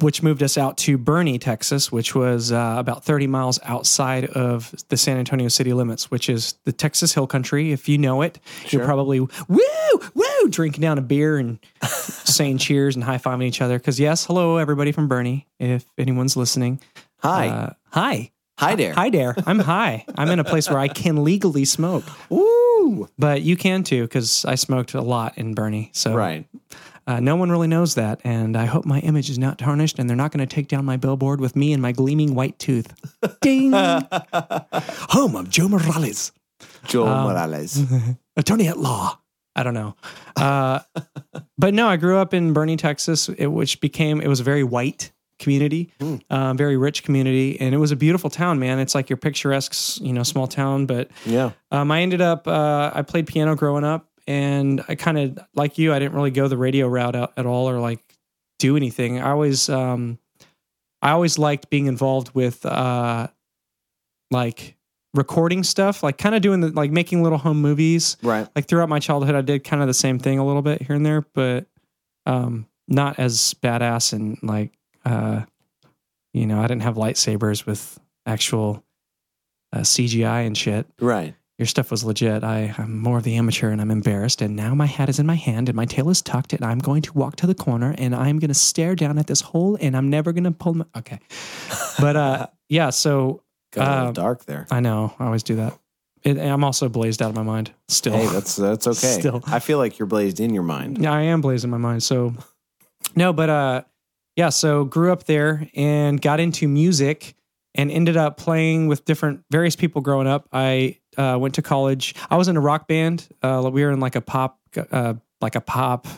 Speaker 4: which moved us out to Bernie, Texas, which was uh, about 30 miles outside of the San Antonio city limits, which is the Texas Hill Country. If you know it, you're probably woo, woo, drinking down a beer and saying cheers and high fiving each other. Because, yes, hello, everybody from Bernie, if anyone's listening.
Speaker 2: hi,
Speaker 4: Uh, hi.
Speaker 2: hi there.
Speaker 4: Hi there. I'm high. I'm in a place where I can legally smoke,
Speaker 2: Woo!
Speaker 4: but you can too because I smoked a lot in Bernie. So
Speaker 2: Right.
Speaker 4: uh, no one really knows that, and I hope my image is not tarnished, and they're not going to take down my billboard with me and my gleaming white tooth. Ding. Home of Joe Morales,
Speaker 2: Joe Morales.
Speaker 4: attorney at law. I don't know, uh, but no, I grew up in Bernie, Texas, it, which became it was a very white community, uh, very rich community, and it was a beautiful town, man. It's like your picturesque, s- you know, small town, but
Speaker 2: Yeah.
Speaker 4: um, I ended up, uh, I played piano growing up, and I kind of, like you, I didn't really go the radio route at, at all or like do anything. I always, um, I always liked being involved with uh, like recording stuff, like kind of doing the, like making little home movies.
Speaker 2: Right.
Speaker 4: Like throughout my childhood, I did kind of the same thing a little bit here and there, but um, not as badass and like, uh, you know, I didn't have lightsabers with actual uh, CGI and shit
Speaker 2: Right.
Speaker 4: your stuff was legit. I, I'm more of the amateur and I'm embarrassed. And now my hat is in my hand and my tail is tucked and I'm going to walk to the corner and I'm going to stare down at this hole and I'm never going to pull my. Okay. But uh, yeah, so
Speaker 2: Got a little
Speaker 4: Um,
Speaker 2: dark there.
Speaker 4: I know I always do that. It, and I'm also blazed out of my mind still.
Speaker 2: Hey, that's that's okay.
Speaker 4: oh, Still.
Speaker 2: I feel like you're blazed in your mind.
Speaker 4: Yeah, I am blazing my mind. So, no, but uh, yeah. So grew up there and got into music and ended up playing with different various people growing up. I uh, went to college. I was in a rock band. Uh, we were in like a pop, uh, like a pop,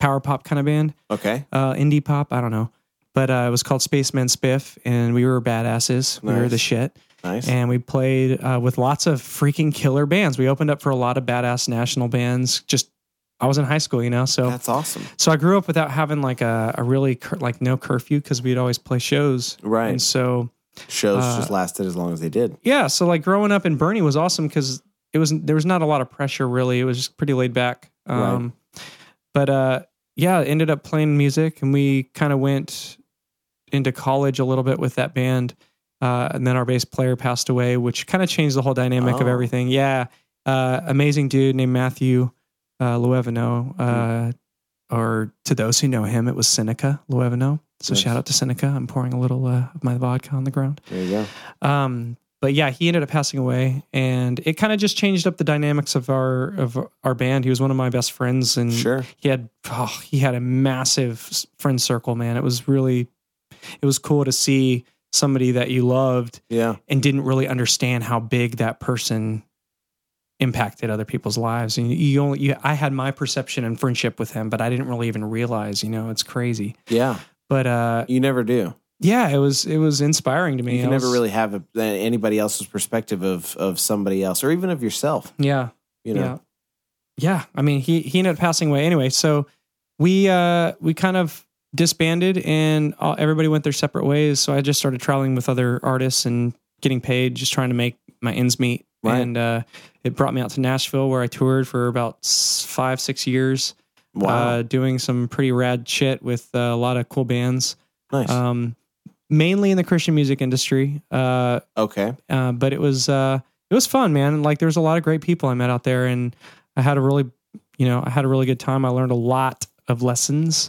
Speaker 4: power pop kind of band,
Speaker 2: Okay.
Speaker 4: uh, indie pop. I don't know, but uh, it was called Spaceman Spiff, and we were badasses. We were
Speaker 2: Nice.
Speaker 4: the shit.
Speaker 2: Nice.
Speaker 4: And we played uh, with lots of freaking killer bands. We opened up for a lot of badass national bands. Just I was in high school, you know, so
Speaker 2: that's awesome.
Speaker 4: so I grew up without having like a, a really cur- like no curfew because we'd always play shows.
Speaker 2: Right.
Speaker 4: And so
Speaker 2: Shows
Speaker 4: uh,
Speaker 2: just lasted as long as they did.
Speaker 4: yeah, so like growing up in Bernie was awesome because it was there was not a lot of pressure really. It was just pretty laid back. Um, But uh, yeah, ended up playing music and we kind of went into college a little bit with that band. Uh, and then our bass player passed away, which kind of changed the whole dynamic of
Speaker 2: Oh.
Speaker 4: everything. Yeah, uh, amazing dude named Matthew uh, Loevino. Uh,
Speaker 2: Hmm.
Speaker 4: Or to those who know him, it was Seneca Loevino. So
Speaker 2: Nice.
Speaker 4: shout out to Seneca. I'm pouring a little uh, of my vodka on the ground.
Speaker 2: There you go.
Speaker 4: Um, but yeah, he ended up passing away, and it kind of just changed up the dynamics of our of our band. He was one of my best friends, and
Speaker 2: Sure.
Speaker 4: he had oh, he had a massive s- friend circle. Man, it was really it was cool to see somebody that you loved
Speaker 2: Yeah.
Speaker 4: and didn't really understand how big that person impacted other people's lives. And you only, you, I had my perception and friendship with him, but I didn't really even realize, you know, it's crazy.
Speaker 2: Yeah.
Speaker 4: But uh,
Speaker 2: You never do.
Speaker 4: yeah, it was it was inspiring to me.
Speaker 2: You can
Speaker 4: I was-
Speaker 2: never really have a, anybody else's perspective of of somebody else or even of yourself.
Speaker 4: yeah.
Speaker 2: You know.
Speaker 4: Yeah. Yeah. I mean, he he ended up passing away anyway. So we uh we kind of disbanded and all, everybody went their separate ways. So I just started traveling with other artists and getting paid, just trying to make my ends meet.
Speaker 2: Right.
Speaker 4: And uh, it brought me out to Nashville where I toured for about s- five six years,
Speaker 2: Wow.
Speaker 4: uh, doing some pretty rad shit with uh, a lot of cool bands.
Speaker 2: nice.
Speaker 4: Um, mainly in the Christian music industry. Uh,
Speaker 2: okay.
Speaker 4: uh, but it was uh, it was fun, man. Like there was a lot of great people I met out there, and I had a really, you know, I had a really good time. I learned a lot of lessons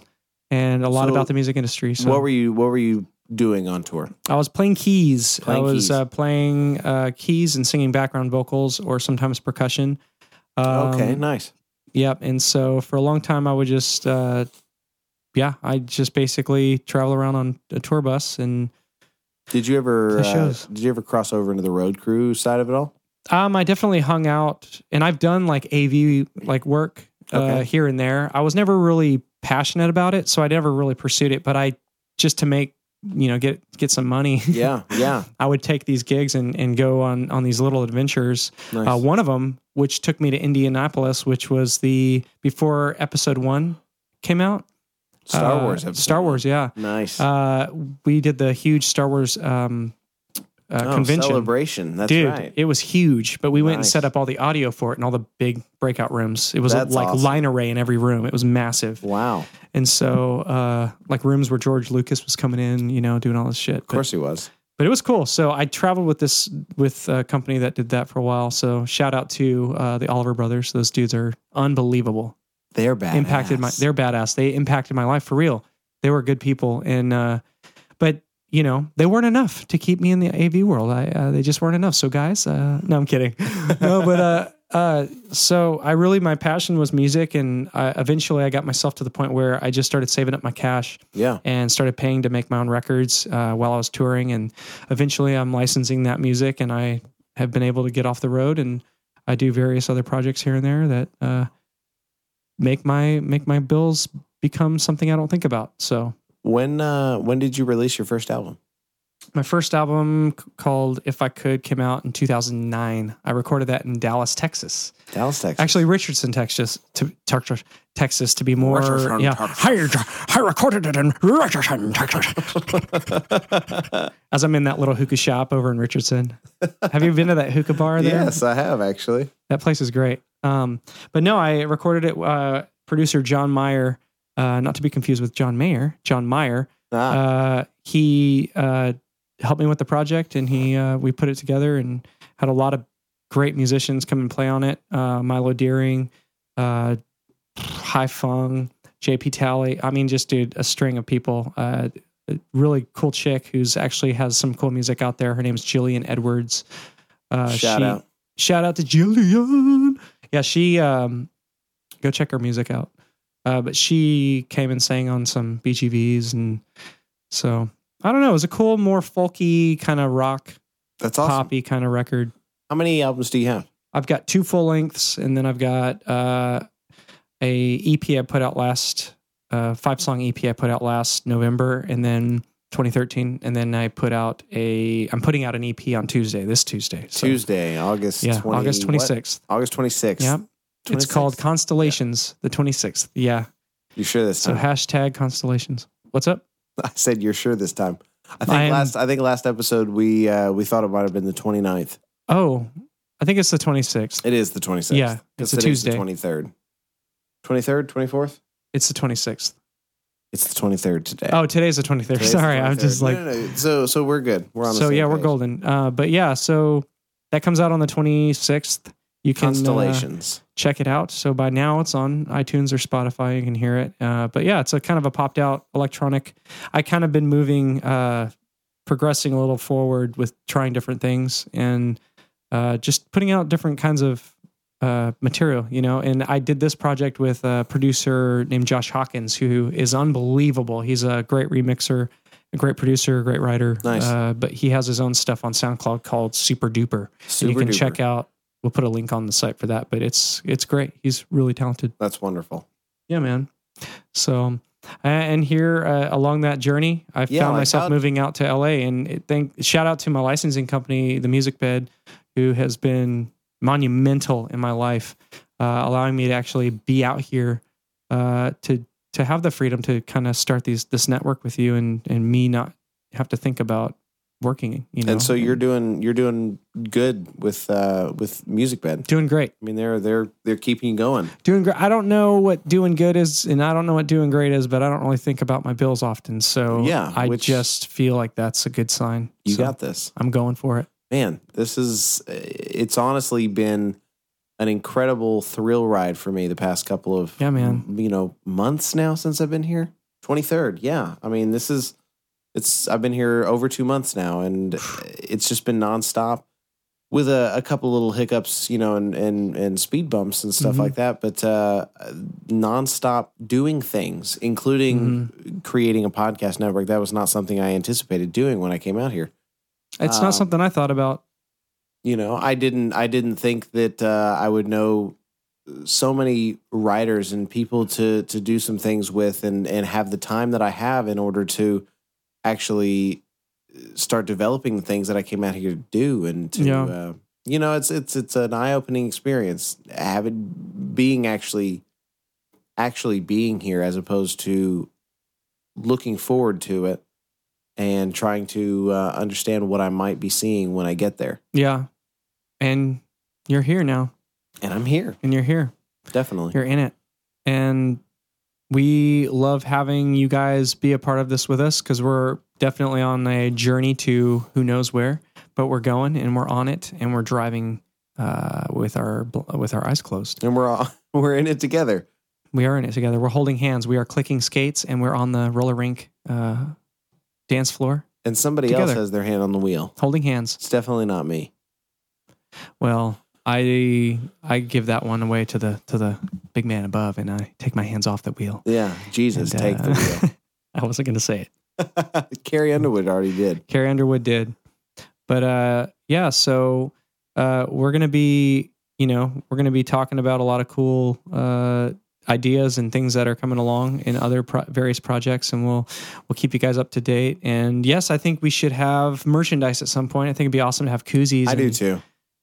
Speaker 4: and a lot
Speaker 2: So,
Speaker 4: about the music industry. So
Speaker 2: what were you What were you doing on tour?
Speaker 4: I was playing keys.
Speaker 2: Playing
Speaker 4: I was
Speaker 2: keys.
Speaker 4: Uh, playing uh, keys and singing background vocals or sometimes percussion. Um,
Speaker 2: okay. Nice.
Speaker 4: Yep. And so for a long time, I would just, uh, yeah, I just basically travel around on a tour bus and
Speaker 2: Did you ever
Speaker 4: That
Speaker 2: uh,
Speaker 4: shows.
Speaker 2: Did you ever cross over into the road crew side of it all?
Speaker 4: Um, I definitely hung out, and I've done like AV like work uh,
Speaker 2: Okay.
Speaker 4: here and there. I was never really passionate about it, so I never really pursued it. But I just to make you know get get some money.
Speaker 2: Yeah. Yeah.
Speaker 4: I would take these gigs and and go on on these little adventures.
Speaker 2: Nice.
Speaker 4: Uh, one of them, which took me to Indianapolis, which was the before Episode One came out.
Speaker 2: Star
Speaker 4: uh,
Speaker 2: Wars. episode.
Speaker 4: Star Wars. Yeah.
Speaker 2: Nice.
Speaker 4: Uh, we did the huge Star Wars um, uh,
Speaker 2: Oh,
Speaker 4: convention.
Speaker 2: celebration. That's
Speaker 4: Dude,
Speaker 2: right.
Speaker 4: it was huge, but we went and
Speaker 2: Nice.
Speaker 4: set up all the audio for it and all the big breakout rooms. It was
Speaker 2: That's
Speaker 4: like
Speaker 2: awesome.
Speaker 4: line array in every room. It was massive.
Speaker 2: wow. Of
Speaker 4: And so, uh, like rooms where George Lucas was coming in, you know, doing all this shit. Of
Speaker 2: course he was.
Speaker 4: But, it was cool. So I traveled with this, with a company that did that for a while. So shout out to uh, the Oliver brothers. Those dudes are unbelievable.
Speaker 2: They're bad.
Speaker 4: Impacted my, they're badass. They impacted my life for real. They were good people. And, uh, but, you know, they weren't enough to keep me in the AV world. I, uh, they just weren't enough. So, guys, uh, no, I'm kidding. no, but uh, uh, so I really my passion was music, and I, eventually I got myself to the point where I just started saving up my cash
Speaker 2: Yeah.
Speaker 4: and started paying to make my own records uh, while I was touring, and eventually I'm licensing that music, and I have been able to get off the road, and I do various other projects here and there that uh, make my make my bills become something I don't think about. So
Speaker 2: When uh when did you release your first album?
Speaker 4: my first album c- called If I Could came out in 2009. I recorded that in Dallas, Texas.
Speaker 2: Dallas, Texas.
Speaker 4: Actually, Richardson, Texas, to, Texas, Texas to be more.
Speaker 2: Richardson,
Speaker 4: yeah,
Speaker 2: Texas.
Speaker 4: I, I recorded it in Richardson, Texas. As I'm in that little hookah shop over in Richardson. Have you been to that hookah bar there?
Speaker 2: yes, I have actually.
Speaker 4: That place is great. Um, but no, I recorded it. Uh, producer John Meyer, uh, not to be confused with John Mayer, John Meyer,
Speaker 2: Ah,
Speaker 4: uh, he uh, helped me with the project and he uh, we put it together and had a lot of great musicians come and play on it uh, milo deering uh, hi fung jp tally i mean just dude a string of people uh, a really cool chick who's actually has some cool music out there her name's jillian edwards uh,
Speaker 2: shout
Speaker 4: she-
Speaker 2: out.
Speaker 4: shout out to Jillian. Yeah, she um go check her music out. Uh, but she came and sang on some BGVs and so I don't know, it was a cool, more folky kind of rock
Speaker 2: That's awesome.
Speaker 4: poppy kind of record.
Speaker 2: How many albums do you have?
Speaker 4: I've got two full lengths and then I've got uh a EP I put out last uh five song EP I put out last November and then 2013 and then I put out a I'm putting out an EP on Tuesday this Tuesday. So,
Speaker 2: Tuesday, August
Speaker 4: Yeah,
Speaker 2: 20,
Speaker 4: August
Speaker 2: what?
Speaker 4: 26th.
Speaker 2: August 26th.
Speaker 4: Yep. It's
Speaker 2: 26th.
Speaker 4: called Constellations, the 26th. Yeah.
Speaker 2: You sure this
Speaker 4: So
Speaker 2: time?
Speaker 4: hashtag Constellations. What's up?
Speaker 2: I said you're sure this time. I think
Speaker 4: I am-
Speaker 2: last I think last episode we uh we thought it might have been the 29th.
Speaker 4: Oh, I think it's the 26th.
Speaker 2: It is the 26th.
Speaker 4: Yeah, it's a
Speaker 2: Because it is the
Speaker 4: Tuesday.
Speaker 2: 23rd. 23rd, 24th?
Speaker 4: It's the 26th.
Speaker 2: It's the 23rd today.
Speaker 4: Oh, today's the 23rd.
Speaker 2: Today's the
Speaker 4: Sorry. I'm
Speaker 2: 23rd.
Speaker 4: just like,
Speaker 2: No, no, no. So so we're good. We're on the
Speaker 4: so
Speaker 2: same
Speaker 4: yeah, we're
Speaker 2: page.
Speaker 4: golden. Uh, but yeah, so that comes out on the 26th. You can uh,
Speaker 2: Constellations.
Speaker 4: check it out. So by now it's on iTunes or Spotify. You can hear it. Uh, but yeah, it's a kind of a popped out electronic. I kind of been moving, uh, progressing a little forward with trying different things and uh, just putting out different kinds of uh, material, you know. And I did this project with a producer named Josh Hawkins, who is unbelievable. He's a great remixer a great producer, a great writer.
Speaker 2: Nice.
Speaker 4: Uh, but he has his own stuff on SoundCloud called Super Duper. and you
Speaker 2: Super
Speaker 4: can
Speaker 2: duper.
Speaker 4: check out. We'll put a link on the site for that. But it's it's great. He's really talented.
Speaker 2: That's wonderful.
Speaker 4: Yeah, man. So, uh, and here uh, along that journey, I
Speaker 2: Yeah,
Speaker 4: found
Speaker 2: like
Speaker 4: myself
Speaker 2: how-
Speaker 4: moving out to LA. And it, thank shout out to my licensing company, the Music Bed, who has been monumental in my life, uh, allowing me to actually be out here uh, to to have the freedom to kind of start these this network with you and and me not have to think about working. You know,
Speaker 2: And so you're doing you're doing good with uh with Music Bed.
Speaker 4: doing great.
Speaker 2: I mean they're they're they're keeping you going.
Speaker 4: doing great. I don't know what doing good is, and I don't know what doing great is, but I don't really think about my bills often. So
Speaker 2: Yeah,
Speaker 4: I
Speaker 2: which-
Speaker 4: just feel like that's a good sign.
Speaker 2: You
Speaker 4: So
Speaker 2: got this.
Speaker 4: I'm going for it.
Speaker 2: man, this is it's honestly been an incredible thrill ride for me the past couple of
Speaker 4: Yeah, man.
Speaker 2: you know months now since I've been here. 23rd. Yeah. I mean, this is it's I've been here over 2 months now and it's just been nonstop with a, a couple little hiccups, you know, and and and speed bumps and stuff
Speaker 4: Mhm.
Speaker 2: like that, but uh nonstop doing things, including
Speaker 4: Mm-hmm.
Speaker 2: creating a podcast network. That was not something I anticipated doing when I came out here
Speaker 4: Mm-hmm. It's
Speaker 2: Uh,
Speaker 4: not something I thought about.
Speaker 2: you know i didn't i didn't think that uh, i would know so many writers and people to to do some things with and and have the time that i have in order to actually uh, start developing things that i came out here to do and to
Speaker 4: Yeah.
Speaker 2: uh, you know it's it's it's an eye-opening experience having being actually actually being here as opposed to looking forward to it and trying to uh, understand what i might be seeing when i get there
Speaker 4: Yeah, and you're here now,
Speaker 2: and I'm here,
Speaker 4: and you're here.
Speaker 2: definitely.
Speaker 4: You're in it, and we love having you guys be a part of this with us because we're definitely on a journey to who knows where, but we're going and we're on it and we're driving uh, with our bl- with our eyes closed.
Speaker 2: And we're all we're in it together.
Speaker 4: We are in it together. We're holding hands. We are clicking skates, and we're on the roller rink uh, dance floor
Speaker 2: And somebody else
Speaker 4: Together.
Speaker 2: has their hand on the wheel.
Speaker 4: holding hands.
Speaker 2: It's definitely not me.
Speaker 4: Well, I I give that one away to the to the big man above, and I take my hands off the wheel.
Speaker 2: Yeah, Jesus,
Speaker 4: And,
Speaker 2: take
Speaker 4: uh,
Speaker 2: the
Speaker 4: I wasn't going to say it.
Speaker 2: wheel. Carrie Underwood already did.
Speaker 4: Carrie Underwood did. But uh, yeah, so uh, we're gonna be, you know, we're gonna be talking about a lot of cool uh, ideas and things that are coming along in other pro- various projects, and we'll we'll keep you guys up to date. And yes, I think we should have merchandise at some point. I think it'd be awesome to have koozies.
Speaker 2: I do
Speaker 4: and
Speaker 2: too.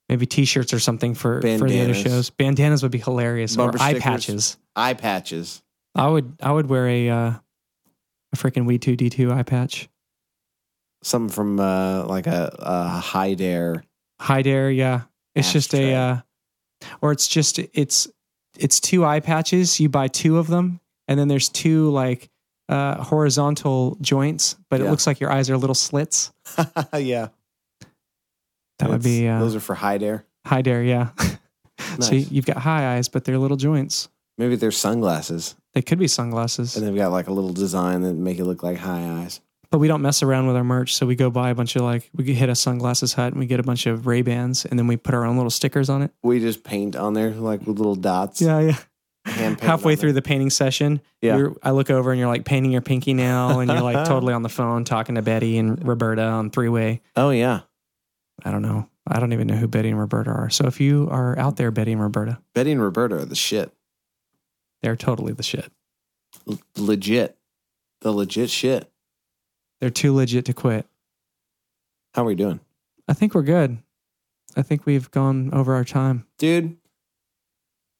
Speaker 4: Maybe T-shirts or something for for the other
Speaker 2: Bandanas.
Speaker 4: shows. Bandanas would be hilarious,
Speaker 2: Bumper
Speaker 4: or eye
Speaker 2: stickers.
Speaker 4: patches.
Speaker 2: Eye patches.
Speaker 4: I would I would wear a uh, a freaking Wee Two D Two eye patch.
Speaker 2: Something from uh, like a, a high dare.
Speaker 4: hide air yeah it's just
Speaker 2: Ashtray.
Speaker 4: a uh, or it's just it's it's two eye patches you buy two of them and then there's two like uh horizontal joints but it
Speaker 2: Yeah.
Speaker 4: looks like your eyes are little slits
Speaker 2: yeah,
Speaker 4: that would be
Speaker 2: It's-
Speaker 4: uh,
Speaker 2: those are for high dare.
Speaker 4: high dare yeah so you-
Speaker 2: Nice.
Speaker 4: you've got high eyes but they're little joints
Speaker 2: Maybe they're sunglasses,
Speaker 4: they could be sunglasses
Speaker 2: and they've got like a little design that make it look like high eyes.
Speaker 4: but we don't mess around with our merch so we go buy a bunch of like we could hit a sunglasses hut and we get a bunch of ray bans and then we put our own little stickers on it
Speaker 2: We just paint on there like with little dots.
Speaker 4: yeah yeah
Speaker 2: hand painted
Speaker 4: halfway
Speaker 2: on
Speaker 4: through
Speaker 2: there.
Speaker 4: the painting session,
Speaker 2: Yeah.
Speaker 4: you're- I look over and you're like painting your pinky nail, and you're like totally on the phone talking to Betty and Roberta on three way.
Speaker 2: Oh yeah,
Speaker 4: I don't know. I don't even know who Betty and Roberta are. So if you are out there, Betty and Roberta,
Speaker 2: Betty and Roberta are the shit.
Speaker 4: they're totally the shit.
Speaker 2: L- legit. The legit shit.
Speaker 4: They're too legit to quit.
Speaker 2: How are we doing?
Speaker 4: I think we're good. I think we've gone over our time.
Speaker 2: Dude,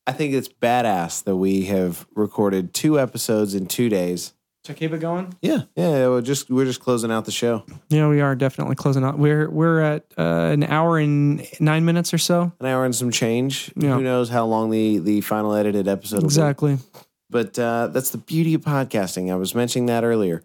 Speaker 2: I think it's badass that we have recorded two episodes in two days.
Speaker 4: So keep it going.
Speaker 2: Yeah. Yeah. We're just we're just closing out the show.
Speaker 4: Yeah, we are definitely closing out. We're we're at uh, an hour and nine minutes or so.
Speaker 2: An hour and some change.
Speaker 4: Yeah.
Speaker 2: Who knows how long the the final edited episode will be.
Speaker 4: Exactly.
Speaker 2: But uh, that's the beauty of podcasting. I was mentioning that earlier.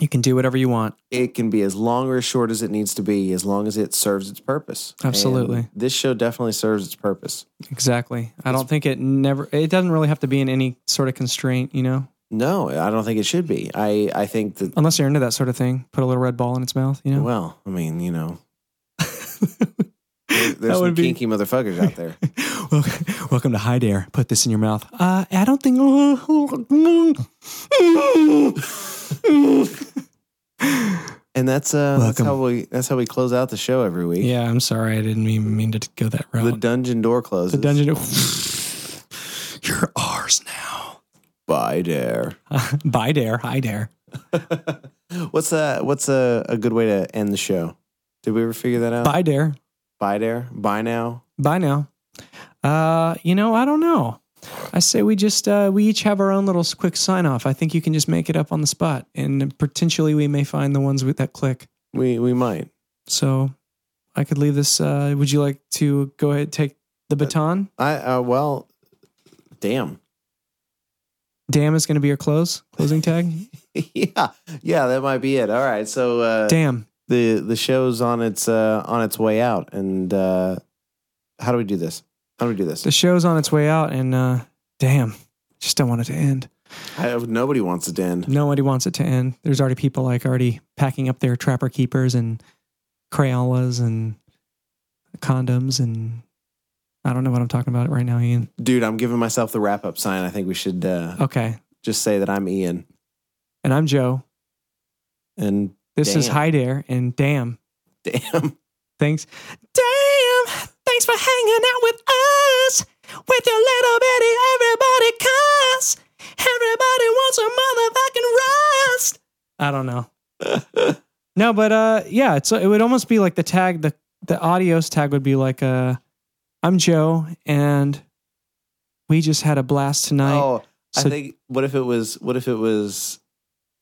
Speaker 4: You can do whatever you want.
Speaker 2: It can be as long or as short as it needs to be, as long as it serves its purpose. And
Speaker 4: Absolutely.
Speaker 2: this show definitely serves its purpose.
Speaker 4: Exactly. I don't think it never. It doesn't really have to be in any sort of constraint. You know.
Speaker 2: No, I don't think it should be. I, I think that
Speaker 4: unless you're into that sort of thing, put a little red ball in its mouth, you know.
Speaker 2: Well, I mean, you know, there-
Speaker 4: That
Speaker 2: there's some
Speaker 4: would be-
Speaker 2: kinky motherfuckers out there.
Speaker 4: Welcome, welcome to High Dare. Put this in your mouth. Uh, I don't think.
Speaker 2: And that's uh that's
Speaker 6: Welcome.
Speaker 2: how we that's how we close out the show every week.
Speaker 4: Yeah, I'm sorry. I didn't even mean to go that
Speaker 2: The
Speaker 4: route.
Speaker 2: dungeon door closes.
Speaker 4: The dungeon.
Speaker 6: You're ours now.
Speaker 2: Bye, dare.
Speaker 4: Bye, dare. Hi, dare.
Speaker 2: What's that? What's uh, a, a good way to end the show? Did we ever figure that out?
Speaker 4: Bye, dare.
Speaker 2: Bye, dare. Bye now.
Speaker 4: Bye now. Uh, you know, I don't know. I say we just uh, we each have our own little quick sign off. I think you can just make it up on the spot, and potentially we may find the ones with that click.
Speaker 2: We we might.
Speaker 4: So I could leave this. Uh, would you like to go ahead and take the baton?
Speaker 2: I uh, well, damn.
Speaker 4: Damn is going to be your close closing tag.
Speaker 2: yeah, yeah, that might be it. All right, so uh,
Speaker 4: Damn.
Speaker 2: the the show's on its uh, on its way out, and uh, how do we do this? How do we do this?
Speaker 4: The show's on its way out, and uh, damn, just don't want it to end.
Speaker 2: I, nobody wants it to end.
Speaker 4: Nobody wants it to end. There's already people like already packing up their trapper keepers and Crayolas and condoms and I don't know what I'm talking about right now, Ian.
Speaker 2: Dude, I'm giving myself the wrap up sign. I think we should uh,
Speaker 4: Okay.
Speaker 2: just say that I'm Ian.
Speaker 4: And I'm Joe.
Speaker 2: And
Speaker 4: This is
Speaker 2: Damn.
Speaker 4: Hi Dare and damn.
Speaker 2: damn,
Speaker 4: Thanks. Damn. Thanks for hanging out with us. With your little bitty everybody cuss. Everybody wants a motherfucking rust. I don't know. no, but uh yeah, it's it would almost be like the tag the the audios tag would be like uh I'm Joe and we just had a blast tonight.
Speaker 2: oh,
Speaker 4: So-
Speaker 2: I think what if it was what if it was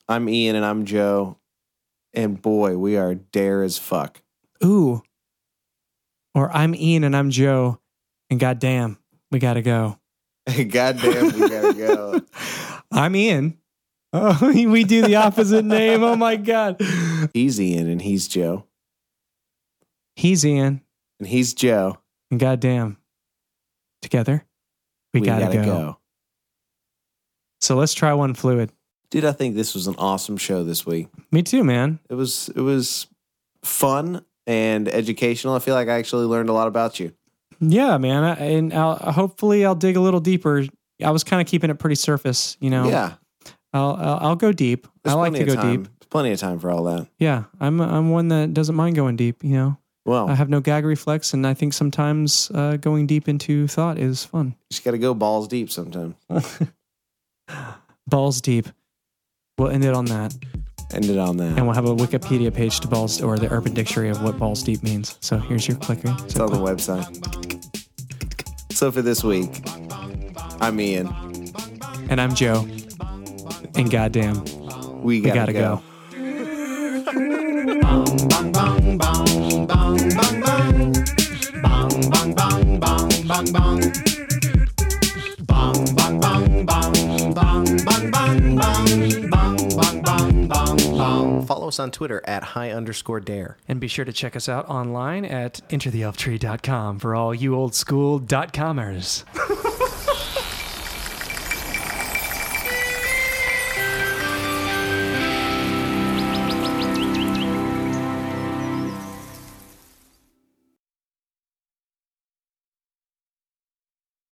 Speaker 2: I'm Ian and I'm Joe, and boy, we are dare as fuck.
Speaker 4: Ooh. Or I'm Ian and I'm Joe and goddamn, we got to go.
Speaker 2: God damn, we gotta go.
Speaker 4: I'm Ian. Oh, we do the opposite name. Oh my god.
Speaker 2: He's Ian and he's Joe
Speaker 4: He's Ian,
Speaker 2: and he's Joe.
Speaker 4: and goddamn, together we, gotta, go. So let's try one fluid.
Speaker 2: Dude, I think this was an awesome show this week.
Speaker 4: Me too, man.
Speaker 2: It was it was fun and educational. I feel like I actually learned a lot about you.
Speaker 4: Yeah, man. I, and I'll, hopefully I'll dig a little deeper. I was kind of keeping it pretty surface, you know.
Speaker 2: Yeah,
Speaker 4: I'll I'll, I'll go deep. I
Speaker 2: there's
Speaker 4: like to
Speaker 2: plenty of
Speaker 4: go
Speaker 2: time.
Speaker 4: deep.
Speaker 2: There's Plenty of time for all that.
Speaker 4: Yeah, I'm I'm one that doesn't mind going deep. You know,
Speaker 2: Well,
Speaker 4: I have no gag reflex, and I think sometimes uh, going deep into thought is fun.
Speaker 2: just gotta go balls deep sometimes.
Speaker 4: Balls deep. We'll end it on that.
Speaker 2: End it on that.
Speaker 4: and we'll have a Wikipedia page to balls or the Urban Dictionary of what balls deep means. So here's your clicker.
Speaker 2: It's on the website. So for this week, I'm Ian.
Speaker 4: And I'm Joe. And goddamn,
Speaker 2: We
Speaker 4: we
Speaker 2: gotta,
Speaker 4: gotta
Speaker 2: go.
Speaker 4: go.
Speaker 7: Follow us on Twitter at high underscore dare.
Speaker 4: And be sure to check us out online at entertheelftree.com for all you old school dot comers.